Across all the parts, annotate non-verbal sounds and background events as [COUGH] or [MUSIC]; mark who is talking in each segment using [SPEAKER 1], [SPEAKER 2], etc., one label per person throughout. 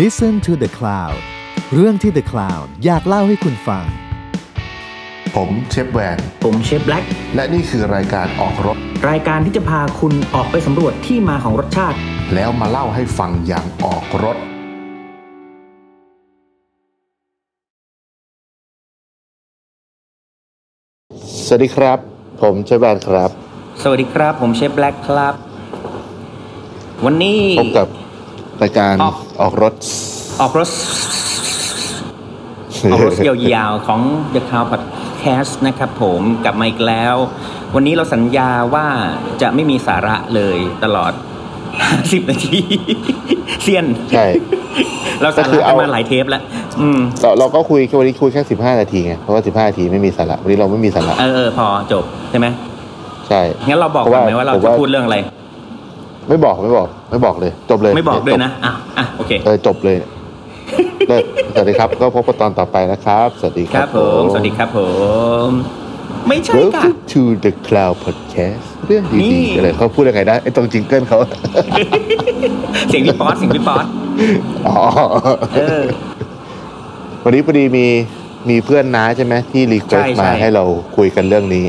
[SPEAKER 1] Listen to the Cloud เรื่องที่ The Cloud อยากเล่าให้คุณฟัง
[SPEAKER 2] ผมเชฟแวน
[SPEAKER 3] ผมเชฟแบล็ก
[SPEAKER 2] และนี่คือรายการออกรถ
[SPEAKER 3] รายการที่จะพาคุณออกไปสำรวจที่มาของรสชาติ
[SPEAKER 2] แล้วมาเล่าให้ฟังอย่างออกรถ สวัสดีครับ ผมเชฟแวนครับ
[SPEAKER 3] สวัสดีครับ ผมเชฟแบล็กครับ วันนี้
[SPEAKER 2] พบกับรายการ
[SPEAKER 3] ออก
[SPEAKER 2] ออกรถ
[SPEAKER 3] ออกรถออกรถยาวๆ ของ The Cloud Podcast นะครับผมกลับมาอีกแล้ว วันนี้เราสัญญาว่าจะไม่มีสาระเลยตลอด 50 นาที เซียน
[SPEAKER 2] [LAUGHS] ใช่
[SPEAKER 3] เราสา
[SPEAKER 2] ก็คือ
[SPEAKER 3] ระกั
[SPEAKER 2] เอา
[SPEAKER 3] นมาหลายเทปแล้ว อืม
[SPEAKER 2] เราเราก็คุยแค่วันนี้คุยแค่สิบห้านาทีไง เพราะว่าสิบห้านาทีไม่มีสาระ วันนี้เราไม่มีสาระ
[SPEAKER 3] เออเออพอจบใช่ไหม
[SPEAKER 2] ใช่
[SPEAKER 3] งั้นเราบอกกันไหมว่าเรา
[SPEAKER 2] ผม
[SPEAKER 3] จะ
[SPEAKER 2] ว่า
[SPEAKER 3] พูดเรื่องอะไร
[SPEAKER 2] ไม่บอกไม่บอก ไม่บอกเลย จบเลย
[SPEAKER 3] ไม่บอกด้วยนะ อ่ะ อ่ะ โอเค
[SPEAKER 2] เออจบเลย [LAUGHS] เลิกสวัสดีครับ ก็พบกันตอนต่อไปนะครับ สวัสดีค
[SPEAKER 3] ค
[SPEAKER 2] รั
[SPEAKER 3] รับ บผม สวัสดีครับผม ไม่ใช่ค่ะ
[SPEAKER 2] Welcome to the Cloud Podcast เรื่อง
[SPEAKER 3] นี่
[SPEAKER 2] ดีๆอะไรเขาพูดยังไงนะไอ้ตรงจิงเกิลเขา [LAUGHS]
[SPEAKER 3] เสียงพี่ป๊อตเสียงพี่ป๊อต
[SPEAKER 2] อ๋อ
[SPEAKER 3] เออ
[SPEAKER 2] วันนี้พอดีมีมีเพื่อนน้าใช่ไหมที่รีเควส
[SPEAKER 3] ใช่ใช่
[SPEAKER 2] มาให้เราคุยกันเรื่องนี้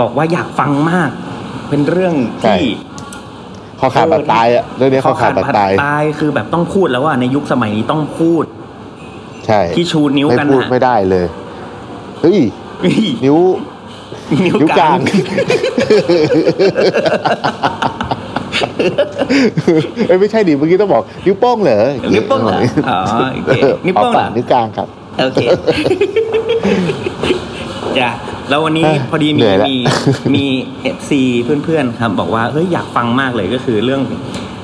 [SPEAKER 3] บอกว่าอยากฟังมาก เป็นเรื่อง
[SPEAKER 2] ใช่
[SPEAKER 3] ที่
[SPEAKER 2] ข้อขาดบาดตายอะเรื่องนี้ข้อขาดบาดตาย
[SPEAKER 3] ตายคือแบบต้องพูดแล้วว่าในยุคสมัยนี้ต้องพูด
[SPEAKER 2] ใช่
[SPEAKER 3] ที่ชูนิ้ว
[SPEAKER 2] ไม่
[SPEAKER 3] กัน
[SPEAKER 2] พูด
[SPEAKER 3] นะ
[SPEAKER 2] ไม่ได้เลย เฮ้ย นิ้ว
[SPEAKER 3] นิ้ว
[SPEAKER 2] นิ้วก
[SPEAKER 3] ก
[SPEAKER 2] ลา
[SPEAKER 3] ลาง ง [LAUGHS]
[SPEAKER 2] เอ้ยไม่ใช่ดิเมื่อกี้ต้องบอก นิ้วโป้งเหรอ
[SPEAKER 3] นิ้วโป้งเหรออ๋อโอเคนิ้วโป้งเหรอ
[SPEAKER 2] าปากนิ้วกลางครับ
[SPEAKER 3] โอเค จ้ะแล้ววันนี้
[SPEAKER 2] เอ้ย
[SPEAKER 3] พอดี
[SPEAKER 2] เหนื่
[SPEAKER 3] มี
[SPEAKER 2] อยละ
[SPEAKER 3] มีมีเอฟซีเพื่อนๆครับ บอกว่าเฮ้ยอยากฟังมากเลยก็คือเรื่อง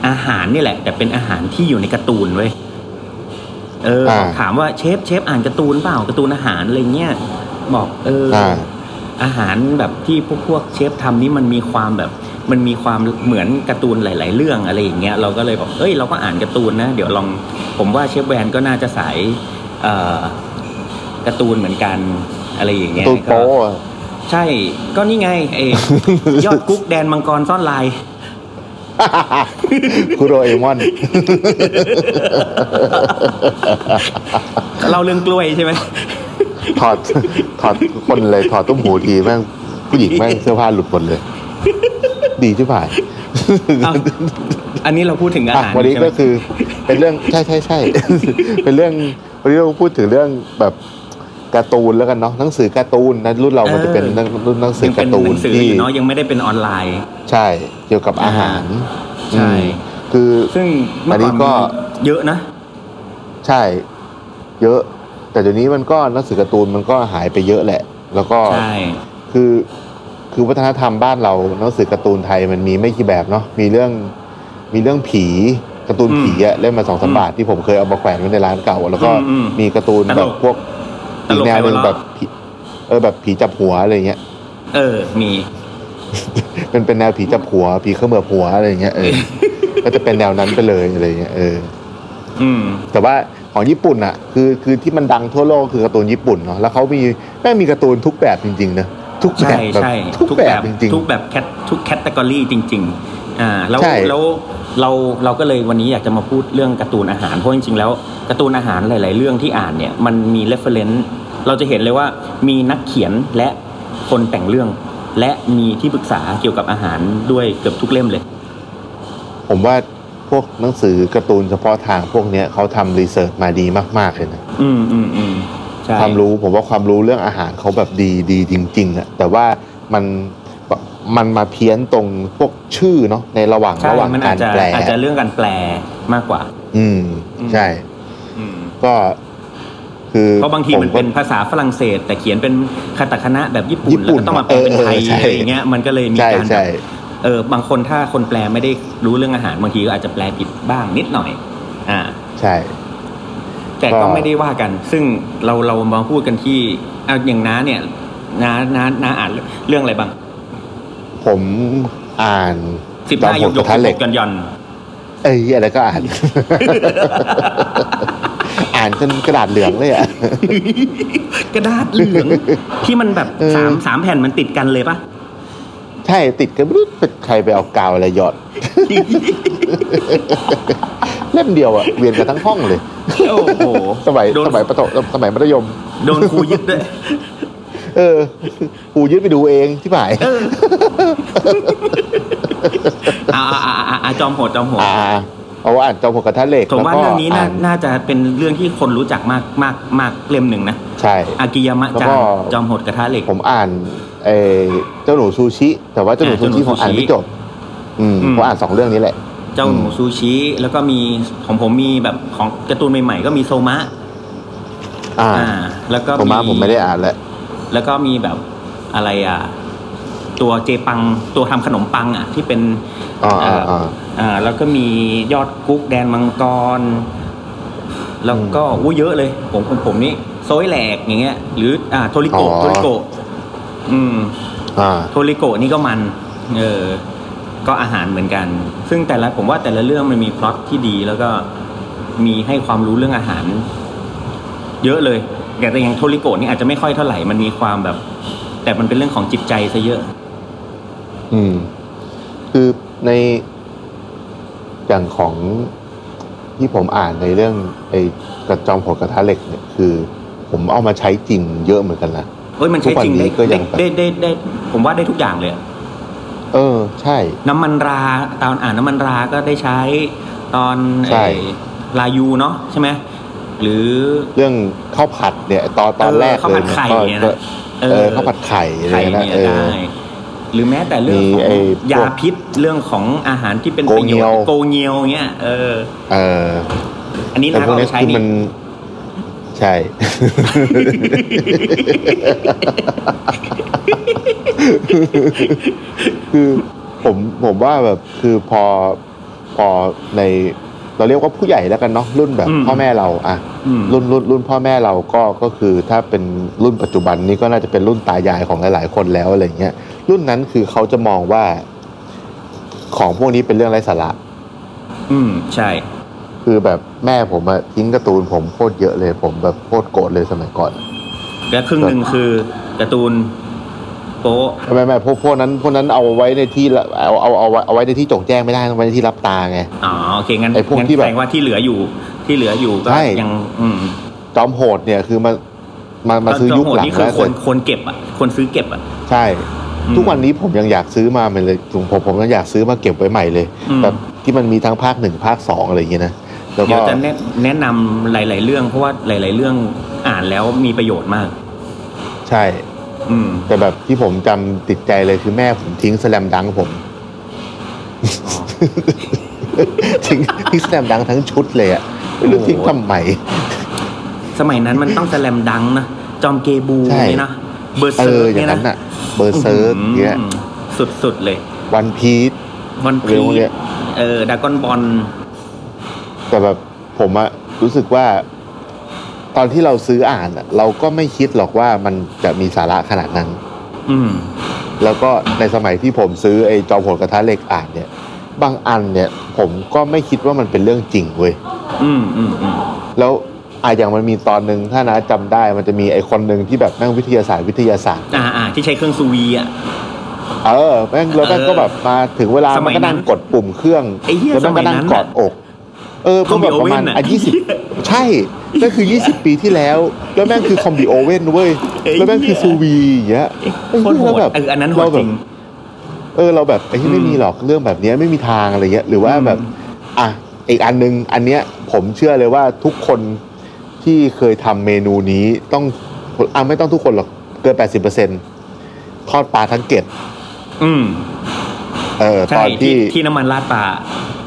[SPEAKER 3] อาหารนี่แหละ แต่เป็นอาหารที่อยู่ในการ์ตูนเว้ยเออ
[SPEAKER 2] อ่า
[SPEAKER 3] ถามว่าเชฟเชฟอ่านการ์ตูนเปล่าการ์ตูนอาหารอะไรเงี้ยบอกเอออา อาหารแบบที่พวกพวกเชฟทำนี่มันมีความแบบ มันมีความเหมือนการ์ตูนหลาย ๆ เรื่องอะไรอย่างเงี้ยเราก็เลยบอกเอ้ยเราก็อ่านการ์ตูนนะเดี๋ยวลองผมว่าเชฟแวนก็น่าจะสาย เอ่อการ์ตูนเหมือนกันอะไรอย่างเงี้ย
[SPEAKER 2] ตูนโป้
[SPEAKER 3] ก็
[SPEAKER 2] อะ
[SPEAKER 3] ใช่ก็นี่ไงเอย
[SPEAKER 2] [LAUGHS]
[SPEAKER 3] ยอดกุ๊กแดนมังกรซ่อนลาย
[SPEAKER 2] คุโรเอมอน
[SPEAKER 3] เราเรื่องกล้วยใช่ไหม
[SPEAKER 2] [LAUGHS] ถอดถอดทุกคนเลยถอดตุ้มหูทีแม่งผู้หญิงแม่งเสื้อผ้าหลุดหมดเลย ดีที่ผ่าน
[SPEAKER 3] เอ้าอันนี้เราพูดถึง
[SPEAKER 2] อ่ะ
[SPEAKER 3] อาหาร
[SPEAKER 2] วันนี้
[SPEAKER 3] ใช่ไหม
[SPEAKER 2] ก็คือเป็นเรื่อง [LAUGHS] ใช่ใช่ใช่ เป็นเรื่องวันนี้เราพูดถึงเรื่องแบบการ์ตูนแล้วกันเนาะหนังสือการ์ตูนนะรุ่นเรามันจะเป็นหนังรุ่นหนังสือ
[SPEAKER 3] ยังเป็
[SPEAKER 2] กาน ร์ตู
[SPEAKER 3] ห
[SPEAKER 2] น
[SPEAKER 3] นังสืออ
[SPEAKER 2] ที่
[SPEAKER 3] ยู่เนาะยังไม่ได้เป็นออนไลน์
[SPEAKER 2] ใช่เกี่ยวกับอาหาร
[SPEAKER 3] ใช่
[SPEAKER 2] อืมคือ
[SPEAKER 3] ซึ่งเมื่อ
[SPEAKER 2] อัน
[SPEAKER 3] ก่อน
[SPEAKER 2] นี้ก็
[SPEAKER 3] เยอะนะ
[SPEAKER 2] ใช่ เยอะ แต่เดี๋ยวนี้มันก็หนังสือการ์ตูนมันก็หายไปเยอะแหละ แล้วก็
[SPEAKER 3] ใช่
[SPEAKER 2] คือคือวัฒนธรรมบ้านเราหนังสือการ์ตูนไทยมันมีไม่กี่แบบเนาะมีเรื่องมีเรื่องผีการ์ตูนผีอะเล่มมาสองสามบาทที่ผมเคยเอามาแขวนไว้ในร้านเก่า แล้วก็
[SPEAKER 3] อืมอืม
[SPEAKER 2] มีการ์ตูน
[SPEAKER 3] ตลก
[SPEAKER 2] แบบพวก
[SPEAKER 3] ต
[SPEAKER 2] อีก
[SPEAKER 3] ลก
[SPEAKER 2] แนวหนึ่ง
[SPEAKER 3] ไทยหัวเราะ
[SPEAKER 2] แบบผีเออแบบผีจับหัวอะไรเงี้ย
[SPEAKER 3] เออ มี
[SPEAKER 2] เป็นเป็นแนวผีจับหัวผีเขมือบหัวอะไรเงี้
[SPEAKER 3] [LAUGHS]
[SPEAKER 2] ยเออ ก็จะเป็นแนวนั้นไปเลยอะไรเงี้ยเออ
[SPEAKER 3] อืม
[SPEAKER 2] แต่ว่าของญี่ปุ่นอะคือคือที่มันดังทั่วโลกคือการ์ตูนญี่ปุ่นเนาะแล้วเขามีแม่งมีการ์ตูนทุกแบบจริงๆนะทุกแบ
[SPEAKER 3] ใช่
[SPEAKER 2] บแบบ
[SPEAKER 3] ใช่
[SPEAKER 2] ทุกแบบจริง
[SPEAKER 3] ทุกแบบแคททุกแคตตากรีจริง ๆ อ่าแล้ว
[SPEAKER 2] ใช่
[SPEAKER 3] แล้วเราเราก็เลยวันนี้อยากจะมาพูดเรื่องการ์ตูนอาหารเพราะจริงๆแล้วการ์ตูนอาหารหลาย ๆ เรื่องที่อ่านเนี่ยมันมีเรฟเฟรนซ์เราจะเห็นเลยว่ามีนักเขียนและคนแต่งเรื่อง และมีที่ปรึกษาเกี่ยวกับอาหารด้วยเกือบทุกเล่มเลย
[SPEAKER 2] ๆ ผมว่าพวกหนังสือการ์ตูนเฉพาะทางพวกเนี้ยเขาทำรีเสิร์ชมาดีมากๆเลยนะ
[SPEAKER 3] อืมอืมอืมใช่
[SPEAKER 2] ความรู้ผมว่าความรู้เรื่องอาหารเขาแบบดีดีจริงๆอะแต่ว่ามันมันมาเพี้ยนตรงพวกชื่อเนาะในระหว่าง
[SPEAKER 3] ใช่
[SPEAKER 2] ระหว่าง
[SPEAKER 3] มัน
[SPEAKER 2] กา
[SPEAKER 3] อาจ
[SPEAKER 2] ร
[SPEAKER 3] จะ
[SPEAKER 2] แปล
[SPEAKER 3] อาจจะเรื่องการแปลมากกว่า
[SPEAKER 2] อืม
[SPEAKER 3] อืม
[SPEAKER 2] ใช่
[SPEAKER 3] อืม
[SPEAKER 2] ก็คือ
[SPEAKER 3] เพราะบางทีมัน
[SPEAKER 2] ผก็
[SPEAKER 3] เป็นภาษาฝรั่งเศส แต่เขียนเป็นคาตาคณะแบบญี่ปุ่
[SPEAKER 2] ญี่
[SPEAKER 3] น
[SPEAKER 2] ปุ่น
[SPEAKER 3] แล้วก็ต้องมาแปลเป็นไทย
[SPEAKER 2] เออเออใช่
[SPEAKER 3] อะไรอย่างเงี้ยมันก็เลยมี
[SPEAKER 2] ใช่
[SPEAKER 3] การ
[SPEAKER 2] ใช่
[SPEAKER 3] แบบเออบางคนถ้าคนแปลไม่ได้รู้เรื่องอาหารบางทีก็อาจจะแปลผิดบ้างนิดหน่อย อ่า
[SPEAKER 2] ใช่
[SPEAKER 3] แต่
[SPEAKER 2] ก็
[SPEAKER 3] ก็ไม่ได้ว่ากัน ซึ่งเราเรามาพูดกันที่เอาอย่างน้าเนี่ยน้าน้าน้าอ่านเรื่องอะไรบ้าง
[SPEAKER 2] ผมอ่าน
[SPEAKER 3] สิบ
[SPEAKER 2] จอม
[SPEAKER 3] ห้าย
[SPEAKER 2] ผ
[SPEAKER 3] ก
[SPEAKER 2] มก
[SPEAKER 3] ยก
[SPEAKER 2] ระทะเหล็ก [LAUGHS]
[SPEAKER 3] กันยอน
[SPEAKER 2] เอ้ยอะไรก็อ่าน [LAUGHS] อ่านจนกระดาษเหลืองเลยอ่ะ
[SPEAKER 3] กระดาษเหลือง ที่มันแบบ
[SPEAKER 2] เออ
[SPEAKER 3] สามสามแผ่นมันติดกันเลยปะ
[SPEAKER 2] ใช่ติดกันไม่รู้เป็นใครไปเอาก [LAUGHS] าวอะไรหยอด เล่มเดียวอะเวียนกันทั้งห้องเลย
[SPEAKER 3] โอ้โห
[SPEAKER 2] สมัย
[SPEAKER 3] โดน
[SPEAKER 2] สมัยประถมสมัยมัธยม
[SPEAKER 3] โดนครูยึดด้วย
[SPEAKER 2] เออกูยึดไปดูเองที่หมาย
[SPEAKER 3] เอออ่าอ่าอ่าอ่าจอมโหดจอมโหด
[SPEAKER 2] อ่าเอาว่าอ่านจอมหัวกระทะเหล็ก
[SPEAKER 3] ผมว่า
[SPEAKER 2] แล้ก็
[SPEAKER 3] เรื่องนี้น่า
[SPEAKER 2] าน
[SPEAKER 3] น่าจะเป็นเรื่องที่คนรู้จักมากมากมากเล่มหนึ่งนะ
[SPEAKER 2] ใช่
[SPEAKER 3] อากิยามะ
[SPEAKER 2] แล้ว
[SPEAKER 3] จัง
[SPEAKER 2] ก็
[SPEAKER 3] จอมโหดกระทะเหล็ก
[SPEAKER 2] ผมอ่านเออเจ้าหนูซูชิ แต่ว่าเจ้าหนู
[SPEAKER 3] อ่า
[SPEAKER 2] ซูชิผมอ่านไม่จบ อืม
[SPEAKER 3] อืม
[SPEAKER 2] ผมอ่านสองเรื่องนี้แหละ
[SPEAKER 3] เจ้าหนูซูชิแล้วก็มีของผมมีแบบของการ์ตูนใหม่ๆก็มีโซมะ
[SPEAKER 2] อ่า
[SPEAKER 3] อ่า แล้วก็
[SPEAKER 2] ผมมาผมไม่ได้อ่านแล้ว
[SPEAKER 3] แล้วก็มีแบบอะไรอ่ะตัวเจปังตัวทำขนมปังอ่ะที่เป็น
[SPEAKER 2] อ่าอ่าอ่า
[SPEAKER 3] อ่าแล้วก็มียอดกุ๊กแดนมังกร แล้วก็อู้เยอะเลย ผมผมผมนี่โซยแหลกอย่างเงี้ย หรืออ่าโทริโกะ
[SPEAKER 2] อ๋อ
[SPEAKER 3] โทริโกะอืม
[SPEAKER 2] อ่า
[SPEAKER 3] โทริโกะนี่ก็มัน เออ ก็อาหารเหมือนกัน ซึ่งแต่ละผมว่าแต่ละเรื่องมันมีพล็อตที่ดี แล้วก็มีให้ความรู้เรื่องอาหาร เยอะเลยแต่แต่อย่างโทริโกะนี่อาจจะไม่ค่อยเท่าไหร่มันมีความแบบ แต่มันเป็นเรื่องของจิตใจซะเยอะ
[SPEAKER 2] อืม คือในอย่างของที่ผมอ่านในเรื่องไอ้กระจอมผลกระทะเหล็กเนี่ยคือ ผมเอามาใช้จริงเยอะเหมือนกันนะ
[SPEAKER 3] เอ้ยมันใช้จริง
[SPEAKER 2] ทุกวัน
[SPEAKER 3] ได้
[SPEAKER 2] นี้ก็ยังแบบ
[SPEAKER 3] ได้ได้ได้ผมว่าได้ทุกอย่างเลยอะ
[SPEAKER 2] เออ ใช่
[SPEAKER 3] น้ำมันราตอนอ่านน้ำมันราก็ได้ใช้ตอน
[SPEAKER 2] ใช่
[SPEAKER 3] ไอ้ลายูเนาะใช่ไหมหรือ
[SPEAKER 2] เรื่องข้าวผัดเนี่ย ตอนตอน
[SPEAKER 3] เออ
[SPEAKER 2] แรก
[SPEAKER 3] ข้าว
[SPEAKER 2] เล
[SPEAKER 3] ผั
[SPEAKER 2] ย
[SPEAKER 3] ดไข่เนี่ยนะ
[SPEAKER 2] ก็เอ
[SPEAKER 3] เอ
[SPEAKER 2] อ
[SPEAKER 3] อ
[SPEAKER 2] ข้าวผัดไข่อะไร
[SPEAKER 3] ไข่
[SPEAKER 2] นะ
[SPEAKER 3] เนี่ย
[SPEAKER 2] เออ
[SPEAKER 3] ได้ หรือแม้แต่เรื่อง
[SPEAKER 2] มี
[SPEAKER 3] ของ
[SPEAKER 2] ไอ้
[SPEAKER 3] ยาพิษเรื่องของอาหารที่เป็น
[SPEAKER 2] โก
[SPEAKER 3] ประ
[SPEAKER 2] เงี
[SPEAKER 3] โยช
[SPEAKER 2] ยว
[SPEAKER 3] น์โกเงียวเงี้ยเออ
[SPEAKER 2] เออ
[SPEAKER 3] อันนี้
[SPEAKER 2] แต่
[SPEAKER 3] นะ
[SPEAKER 2] พวก
[SPEAKER 3] เอาไป
[SPEAKER 2] เนี้ยคือ
[SPEAKER 3] ใช้นี่
[SPEAKER 2] มันใช่ คือ [LAUGHS] ผมผมว่าแบบคือพอพอในเราเรียกว่าผู้ใหญ่แล้วกันเนาะรุ่นแบบพ่อแม่เราอะ
[SPEAKER 3] อืม
[SPEAKER 2] รุ่นรุ่นรุ่นพ่อแม่เราก็ก็คือถ้าเป็นรุ่นปัจจุบันนี้ก็น่าจะเป็นรุ่นตายายของหลาย ๆ คนแล้วอะไรเงี้ยรุ่นนั้นคือเขาจะมองว่า ของพวกนี้เป็นเรื่องไร้สาระ
[SPEAKER 3] อืมใช่
[SPEAKER 2] คือแบบแม่ผมอะทิ้งการ์ตูนผมโคตรเยอะเลย ผมแบบโคตรโกรธเลยสมัยก่อน
[SPEAKER 3] และครึ่งหนึ่งคือการ์ตูนโป๊ะ
[SPEAKER 2] ไม่ไม่พวกพวกนั้นพวกนั้นเอาไว้ในที่ละเอาเอาเอาไว้เอาไว้ในที่โจงแจ้งไม่ได้ต้องไว้ในที่รับตาไง
[SPEAKER 3] อ๋อโอเคงั้น
[SPEAKER 2] ไอ้พวก
[SPEAKER 3] งั้น
[SPEAKER 2] ที่
[SPEAKER 3] แส
[SPEAKER 2] แบบ
[SPEAKER 3] ดงว่าที่เหลืออยู่ที่เหลืออยู่ก็
[SPEAKER 2] ใช่
[SPEAKER 3] ยังอืม
[SPEAKER 2] จอมโหดเนี่ยคือมามามาซื้อยุคหลัง
[SPEAKER 3] นี่คือ
[SPEAKER 2] แล้ว
[SPEAKER 3] ค
[SPEAKER 2] เสร็
[SPEAKER 3] น
[SPEAKER 2] จ
[SPEAKER 3] คนเก็บอ่ะ คนซื้อเก็บอ่ะ
[SPEAKER 2] ใช่
[SPEAKER 3] อืม
[SPEAKER 2] ทุกวันนี้ผมยังอยากซื้อมาเหมือนเลยผมผมผมยังอยากซื้อมาเก็บไว้ใหม่เลย
[SPEAKER 3] อืม
[SPEAKER 2] แบบที่มันมีทั้งภาคหนึ่งภาคสองอะไรอย่างเงี้ยนะแล้ว
[SPEAKER 3] เดี๋
[SPEAKER 2] ก็
[SPEAKER 3] ยวจะแนะแนะนำหลาย ๆ เรื่องเพราะว่าหลาย ๆ เรื่องอ่านแล้วมีประโยชน์มาก
[SPEAKER 2] ใช่
[SPEAKER 3] อืม
[SPEAKER 2] แต่แบบที่ผมจำติดใจเลยคือแม่ผมทิ้งสแลมดังผม ทิ้งทิ้งสแลมดังทั้งชุดเลยอะไม่รู้ทิ้งทำไม
[SPEAKER 3] สมัยนั้นมันต้องแสลมดังก์นะ จอมเกบู
[SPEAKER 2] ใช่
[SPEAKER 3] เนี่ยนะเบอร์
[SPEAKER 2] เอ
[SPEAKER 3] เซิ
[SPEAKER 2] อ
[SPEAKER 3] ร์ก
[SPEAKER 2] อย่า
[SPEAKER 3] เนี่
[SPEAKER 2] ง
[SPEAKER 3] ย
[SPEAKER 2] นั้
[SPEAKER 3] นะ
[SPEAKER 2] นอะเบอร์เซิร์กเนี้ย
[SPEAKER 3] สุดสุด ๆ เลย
[SPEAKER 2] วันพีซ
[SPEAKER 3] วัน
[SPEAKER 2] เรื่
[SPEAKER 3] พี
[SPEAKER 2] องพวกเนี้ย
[SPEAKER 3] เออดากอนบอล
[SPEAKER 2] แต่แบบผมอะรู้สึกว่า ตอนที่เราซื้ออ่านอะเราก็ไม่คิดหรอกว่ามันจะมีสาระขนาดนั้น
[SPEAKER 3] อืม
[SPEAKER 2] แล้วก็ในสมัยที่ผมซื้อไอ้จอมโหดกระทะเหล็กอ่านเนี่ย บางอันเนี่ย ผมก็ไม่คิดว่ามันเป็นเรื่องจริงเว้ย
[SPEAKER 3] อืมอืมอืม
[SPEAKER 2] แล้วอ่ะอย่างมันมีตอนหนึ่งถ้านะจำได้มันจะมีไอคนหนึ่งที่แบบแม่งวิทยาศาสตร์วิทยาศาสตร์
[SPEAKER 3] อ่าอ่าที่ใช้เครื่องซูวีอ่ะ
[SPEAKER 2] เออแม่งแล้วแม่งก็แบบมาถึงเวลา
[SPEAKER 3] ส
[SPEAKER 2] มั
[SPEAKER 3] มั
[SPEAKER 2] น
[SPEAKER 3] ย
[SPEAKER 2] ก็นั่ง
[SPEAKER 3] นั้น
[SPEAKER 2] กดปุ่มเครื่อง
[SPEAKER 3] ไอ้เหี้ย
[SPEAKER 2] แล้วแม่งก็นั่ง
[SPEAKER 3] สมัยนั้น
[SPEAKER 2] กอดอก เออ
[SPEAKER 3] คอมบิ
[SPEAKER 2] แบบประมาณ
[SPEAKER 3] โอเว่นน่ะ
[SPEAKER 2] อ่ะยี่สิบใช่นั่นคือ 20 ปีที่แล้ว แล้วแม่งคือคอมบิโอเว่นเว้ย
[SPEAKER 3] ไอ้เหี้ย
[SPEAKER 2] แล้วแม่งคือซูวีอย่างเงี้ย
[SPEAKER 3] เอ๊ะ
[SPEAKER 2] ไอ้
[SPEAKER 3] โคตรโห
[SPEAKER 2] เหี้ยแล้วแบ
[SPEAKER 3] ด
[SPEAKER 2] บ
[SPEAKER 3] เอออันนั้นโหด
[SPEAKER 2] เราแบบ
[SPEAKER 3] จริง
[SPEAKER 2] เออเราแบบไอ้ที่ไม่
[SPEAKER 3] อืม
[SPEAKER 2] มีหรอกเรื่องแบบเนี้ยไม่มีทางอะไรเงี้ยหรือว่า
[SPEAKER 3] อืม
[SPEAKER 2] แบบ อ่ะอีกอันนึงอันเนี้ยผมเชื่อเลยว่าทุกคนที่เคยทำเมนูนี้ต้องอ่ะไม่ต้องทุกคนหรอกเกิน 80%ทอดปลาทั้งเกล็ด
[SPEAKER 3] อืม
[SPEAKER 2] เออต
[SPEAKER 3] ใช่
[SPEAKER 2] อน
[SPEAKER 3] ที่
[SPEAKER 2] ที่
[SPEAKER 3] ที่น้ำมันราดปลา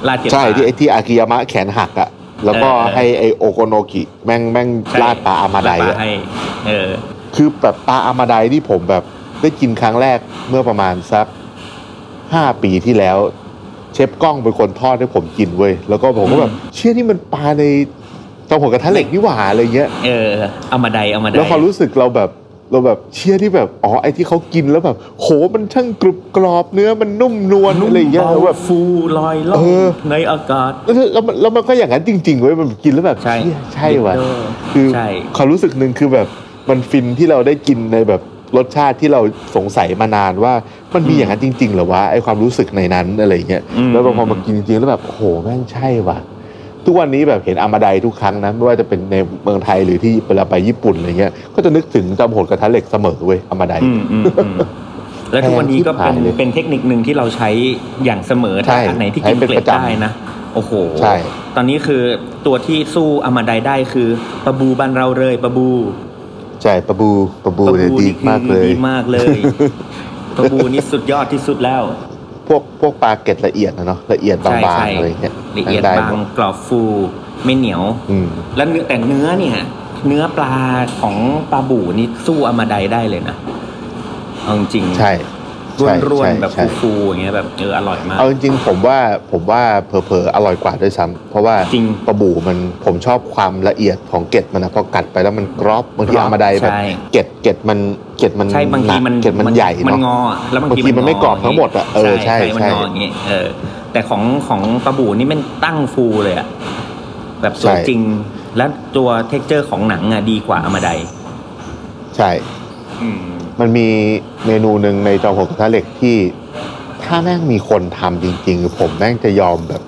[SPEAKER 3] ราดเจ็บ
[SPEAKER 2] ใช่
[SPEAKER 3] ปลา
[SPEAKER 2] ที่ไอ้ที่อากิยามะแขนหักอะแล้วก็
[SPEAKER 3] เออเออ
[SPEAKER 2] ให้ไอโอโกโนกิแม่งแม่ง
[SPEAKER 3] ใช่
[SPEAKER 2] ลาดปลาอามาได
[SPEAKER 3] รปล
[SPEAKER 2] อะ
[SPEAKER 3] ให้เออ
[SPEAKER 2] คือแบบปลาอามาไดที่ผมแบบได้กินครั้งแรกเมื่อประมาณสักห้าปีที่แล้ว เชฟกล้องเป็นคนทอดให้ผมกินเว้ยแล้วก็ผมก็แบบ เชี่ยนี่มันปลาในเตาหัวกระทะเหล็กนี่หว่าอะไรเงี้ย
[SPEAKER 3] เออเอามาใดเอามาใด
[SPEAKER 2] แล้วความรู้สึกเราแบบเราแบบเชี่ยที่แบบอ๋อไอที่เขากินแล้วแบบ โหมันช่างกรุบกรอบเนื้อมันนุ่มนวล
[SPEAKER 3] นุ่ม
[SPEAKER 2] อะไรเงี้ย
[SPEAKER 3] เบา
[SPEAKER 2] แล้วแบบ
[SPEAKER 3] ฟูลอยล่อ
[SPEAKER 2] เองอ
[SPEAKER 3] ในอากาศ
[SPEAKER 2] แล้วแล้วมันแล้วมันก็อย่างนั้นจริงๆเว้ยมันกินแล้วแบบ
[SPEAKER 3] ใช่
[SPEAKER 2] เหี้ยใช่ว่ะ
[SPEAKER 3] เออ
[SPEAKER 2] คือ
[SPEAKER 3] ใช่
[SPEAKER 2] ความรู้สึกหนึ่งคือแบบมันฟินที่เราได้กินในแบบรสชาติที่เราสงสัยมานานว่ามันมี
[SPEAKER 3] อืม
[SPEAKER 2] อย่างนั้นจริงๆเหรอวะไอความรู้สึกในนั้นอะไรเงี้ย
[SPEAKER 3] อืม
[SPEAKER 2] แล้วพอ
[SPEAKER 3] อืม
[SPEAKER 2] มากินจริงๆแล้วแบบโอ้โหแม่งใช่ว่ะ ทุกวันนี้แบบเห็นอามาไดทุกครั้งนะไม่ว่าจะเป็นในเมืองไทยหรือที่เวลาไปญี่ปุ่นอะไรเงี้ยก็จะนึกถึงจำโหดกระทะเหล็กเสมอเว้ยอามาได
[SPEAKER 3] อืมอืมอืมแล้วทุกวันนี้ก็เป็น
[SPEAKER 2] แพงชิบหายเลย
[SPEAKER 3] เป็นเทคนิคหนึ่งที่เราใช้อย่างเสมอ
[SPEAKER 2] ใช่
[SPEAKER 3] ถ้าอันไหนที่กิน
[SPEAKER 2] ใช้เป็น
[SPEAKER 3] เกล็
[SPEAKER 2] ป
[SPEAKER 3] ด
[SPEAKER 2] ระจำ
[SPEAKER 3] ได้นะ โอ้โห
[SPEAKER 2] ใช่
[SPEAKER 3] ตอนนี้คือตัวที่สู้อามาไดได้คือปะบูบันเราเลยปะบู
[SPEAKER 2] ใช่ปะบูปะบูเนี่ยดีมากเลย
[SPEAKER 3] ดีมาก
[SPEAKER 2] [LAUGHS]
[SPEAKER 3] เลยปะบูนี่สุดยอดที่สุดแล้ว
[SPEAKER 2] พวกพวกปลาเกล็ดละเอียดนะเนาะละเอียดบา
[SPEAKER 3] ใช่
[SPEAKER 2] ง
[SPEAKER 3] ใช่
[SPEAKER 2] ๆอะไรเงี้ย
[SPEAKER 3] ละเอียด
[SPEAKER 2] ได้
[SPEAKER 3] บาง
[SPEAKER 2] หมด
[SPEAKER 3] กรอบฟูไม่เหนียว
[SPEAKER 2] อืม
[SPEAKER 3] แล้วเนื้อแต่เนื้อเนี่ย เนื้อปลาของปลาบู่นี่สู้อามาไดได้เลยนะเอาจริงๆ
[SPEAKER 2] ใช่
[SPEAKER 3] ร่ว
[SPEAKER 2] ใช่
[SPEAKER 3] นร่วน
[SPEAKER 2] ใช่
[SPEAKER 3] ๆแบบ
[SPEAKER 2] ใช่
[SPEAKER 3] ฟูๆอย่างเงี้ยแบบเอออร่อยมาก
[SPEAKER 2] เอาจริงๆผมว่าผมว่าเผลอๆอร่อยกว่าด้วยซ้ำเพราะว่า
[SPEAKER 3] จริง
[SPEAKER 2] ปลาบู่มันผมชอบความละเอียดของเกล็ดมันนะพอกัดไปแล้วมันกรอบบางทีเอามาได้แบบ
[SPEAKER 3] ใช่
[SPEAKER 2] เกล็ดเกล็ดมันเกล็ดมัน
[SPEAKER 3] ใช่บาง
[SPEAKER 2] ห
[SPEAKER 3] ที
[SPEAKER 2] นัก
[SPEAKER 3] มัน
[SPEAKER 2] เกล็ดมันใหญ่
[SPEAKER 3] มัน
[SPEAKER 2] เนาะ
[SPEAKER 3] งออะแล้วบางที
[SPEAKER 2] บางทีมันไม่กรอบทั้งหมดอะเออใช่
[SPEAKER 3] มัน
[SPEAKER 2] ใช่
[SPEAKER 3] งออย่างงี้เออ แต่ของของปลาบู่นี่มันตั้งฟูเลยอะแบบสวย
[SPEAKER 2] ใช่
[SPEAKER 3] จริง และตัวเท็กเจอร์ของหนังอะดีกว่าอามาได
[SPEAKER 2] ใช่
[SPEAKER 3] อืม
[SPEAKER 2] มันมีเมนูหนึ่งในจอมหกทะเหล็กที่ถ้าแม่งมีคนทำจริงๆ ผมแม่งจะยอมแบบ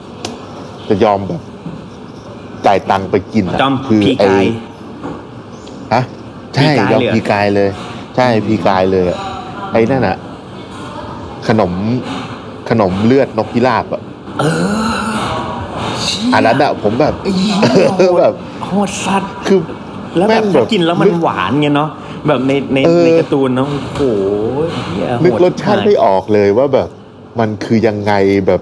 [SPEAKER 2] จะยอมแบบจ่ายตังค์ไปกินอะ
[SPEAKER 3] จอม
[SPEAKER 2] คือ
[SPEAKER 3] พี
[SPEAKER 2] ไอ้
[SPEAKER 3] กาย
[SPEAKER 2] ฮะใช่
[SPEAKER 3] พีกาย
[SPEAKER 2] ยอม
[SPEAKER 3] เลยเหรอ
[SPEAKER 2] พีกายเลย ใช่พีกายเลยอะไอ้นั่นอะขนมขนมเลือดนกพิราบอะ
[SPEAKER 3] เออเชี่ย
[SPEAKER 2] อันนั้นอะผมแบบ
[SPEAKER 3] ไอ้เหี้ยโหด
[SPEAKER 2] [LAUGHS] แบบ
[SPEAKER 3] โหดสัตว์
[SPEAKER 2] คือ
[SPEAKER 3] แล้วแบบ
[SPEAKER 2] ง
[SPEAKER 3] เขากินแล้วมันหวานไงเนาะแบบในใน
[SPEAKER 2] เออ
[SPEAKER 3] ในการ์ตูนเนาะโอ้โหเหี้ยโหด
[SPEAKER 2] นึกรสชาติไม่
[SPEAKER 3] ม
[SPEAKER 2] ออกเลยว่าแบบมันคือยังไงแบบ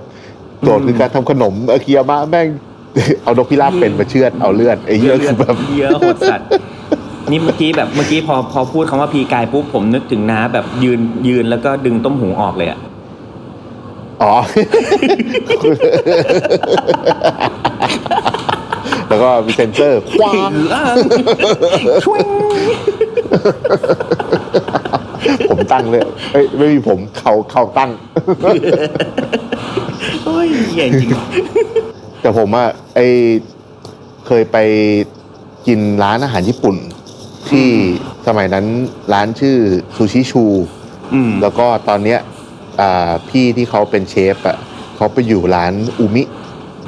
[SPEAKER 2] โจทย์
[SPEAKER 3] อืม
[SPEAKER 2] คือการทำขนมอากิยามะแม่ง [LAUGHS] เอานกพิราบเป็นมาเชือดเอาเลือดไอ้เหี้ย
[SPEAKER 3] เย
[SPEAKER 2] คื
[SPEAKER 3] อะ
[SPEAKER 2] อแบบ
[SPEAKER 3] เหี้ยโหดสัตว์นี่เมื่อกี้แบบเมื่อกี้พอพอพูดคำว่าพีกายปุ๊บผมนึกถึงน้าแบบยืนยืนแล้วก็ดึงต้มหูออกเลยอะ
[SPEAKER 2] อ๋อ แล้วก็มีเซนเซอร์คว้าง
[SPEAKER 3] ช่วย
[SPEAKER 2] ผมตั้งเลยเอ้ยไม่มีผมเขาเขาตั้ง
[SPEAKER 3] เฮ้ยใหญ่จริง
[SPEAKER 2] แต่ผมอะไอเคยไปกินร้านอาหารญี่ปุ่น ที่สมัยนั้นร้านชื่อซูชิชู
[SPEAKER 3] อืม
[SPEAKER 2] แล้วก็ตอนเนี้ยอ่าพี่ที่เขาเป็นเชฟอ่ะเขาไปอยู่ร้านอูมิ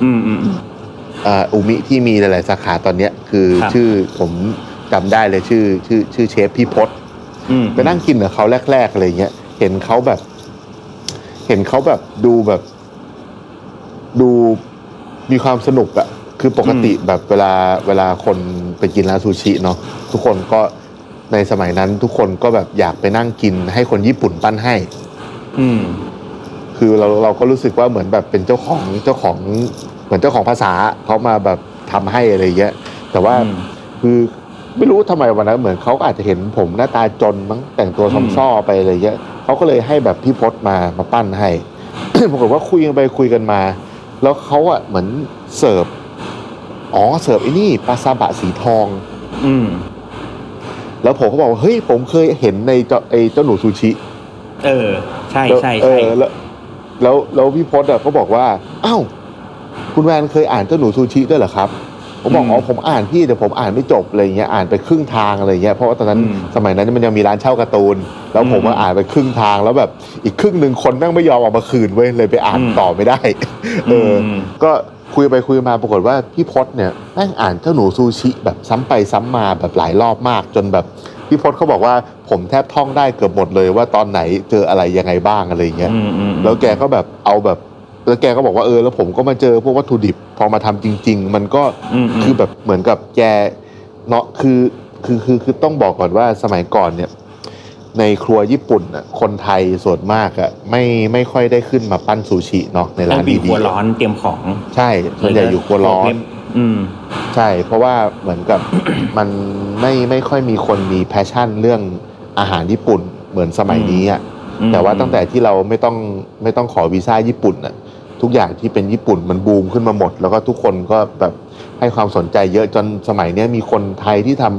[SPEAKER 3] อืมอืม
[SPEAKER 2] อ่าอูมิที่มีหลาย ๆ สาขาตอนเนี้ยคือ
[SPEAKER 3] ครับ
[SPEAKER 2] ชื่อผมจำได้เลยชื่อชื่อชื่อเชฟพี่พศ
[SPEAKER 3] อืม
[SPEAKER 2] ไปนั่งกินกับเขาแรก ๆ อะไรเงี้ยเห็นเขาแบบ เห็นเขาแบบดูแบบ ดูมีความสนุกอะคือปกติแบบเวลาเวลาคนไปกินร้านซูชิเนาะทุกคนก็ในสมัยนั้นทุกคนก็แบบอยากไปนั่งกินให้คนญี่ปุ่นปั้นให้
[SPEAKER 3] อืม
[SPEAKER 2] คือเราเราก็รู้สึกว่าเหมือนแบบเป็นเจ้าของเจ้าของเหมือนเจ้าของภาษาเขามาแบบทำให้อะไรเงี้ยแต่ว่า
[SPEAKER 3] อืม
[SPEAKER 2] คือไม่รู้ทำไมวันนั้นเหมือนเขาก็อาจจะเห็นผมหน้าตาจนมั้งแต่งตัว
[SPEAKER 3] อื
[SPEAKER 2] ซอ
[SPEAKER 3] ม
[SPEAKER 2] มซ่อไปอะไรเงี้ยเขาก็เลยให้แบบพี่พศมามาปั้นให้ [COUGHS] ปรากฏว่าคุยกันไปคุยกันมา แล้วเขาอะเหมือนเสิร์ฟอ๋อเสิร์ฟไอ้นี่ปลาซาบะสีทอง
[SPEAKER 3] อืม
[SPEAKER 2] แล้วผมก็บอกว่าเฮ้ยผมเคยเห็นในเจ้าไอ้เจ้าหนูซูชิ
[SPEAKER 3] เออ ใช่ใช่
[SPEAKER 2] เอ
[SPEAKER 3] ใช่
[SPEAKER 2] อแล้วแล้วแล้วพี่พศอะเขาบอกว่าอ้าวคุณแวนเคยอ่านเจ้าหนูซูชิด้วยเหรอครับผมบอก
[SPEAKER 3] อืม
[SPEAKER 2] อ๋อผมอ่านพี่แต่ผมอ่านไม่จบอะไรเงี้ยอ่านไปครึ่งทางอะไรเงี้ยเพราะว่าตอนนั้น
[SPEAKER 3] อืม
[SPEAKER 2] สมัยนั้นมันยังมีร้านเช่าการ์ตูน แล้วผม
[SPEAKER 3] อื
[SPEAKER 2] อะ
[SPEAKER 3] ม
[SPEAKER 2] อ่านไปครึ่งทางแล้วแบบอีกครึ่งหนึ่งคนแม่งไม่ยอมเออกมาคืนเว้ยเลยไปอ่าน
[SPEAKER 3] อืม
[SPEAKER 2] ต่อไม่ได้ [LAUGHS] เอออ
[SPEAKER 3] ม
[SPEAKER 2] ก็คุยไปคุยมาปรากฏว่าพี่พศเนี่ยแม่งอ่านเจ้าหนูซูชิแบบซ้ำไปซ้ำมาแบบหลายรอบมากจนแบบพี่พศเขาบอกว่าผมแทบท่องได้เกือบหมดเลยว่าตอนไหนเจออะไรยังไงบ้างอะไรอย่างเงี้ย
[SPEAKER 3] อืมอืม
[SPEAKER 2] แล้วแกก็แบบเอาแบบ แล้วแกก็บอกว่าเออ แล้วผมก็มาเจอพวกวัตถุดิบพอมาทำจริง ๆ มันก็
[SPEAKER 3] อืมอืม
[SPEAKER 2] คือแบบเหมือนกับแกเนาะคือคือคือคือต้องบอกก่อนว่าสมัยก่อนเนี่ย ในครัวญี่ปุ่นน่ะคนไทยส่วนมากอะไม่ไม่ค่อยได้ขึ้นมาปั้นซูชิเนาะใน
[SPEAKER 3] ต้อ
[SPEAKER 2] ร้าง น
[SPEAKER 3] บีบ
[SPEAKER 2] ดี
[SPEAKER 3] หัวร้อนเตรียมของ
[SPEAKER 2] ๆใช่ส่วนใหญ่อยู่ครัวร้อน
[SPEAKER 3] อืม
[SPEAKER 2] ใช่ เพราะว่าเหมือนกับ [COUGHS] มันไม่ไม่ค่อยมีคนมีแพชชั่นเรื่องอาหารญี่ปุ่นเหมือนสมัยนี้อะ
[SPEAKER 3] อืม
[SPEAKER 2] แต่ว่าตั้งแต่ที่เราไม่ต้องไม่ต้องขอวีซ่าญี่ปุ่นน่ะทุกอย่างที่เป็นญี่ปุ่นมันบูมขึ้นมาหมด แล้วก็ทุกคนก็แบบให้ความสนใจเยอะจนสมัยเนี้ยมีคนไทยที่ทำ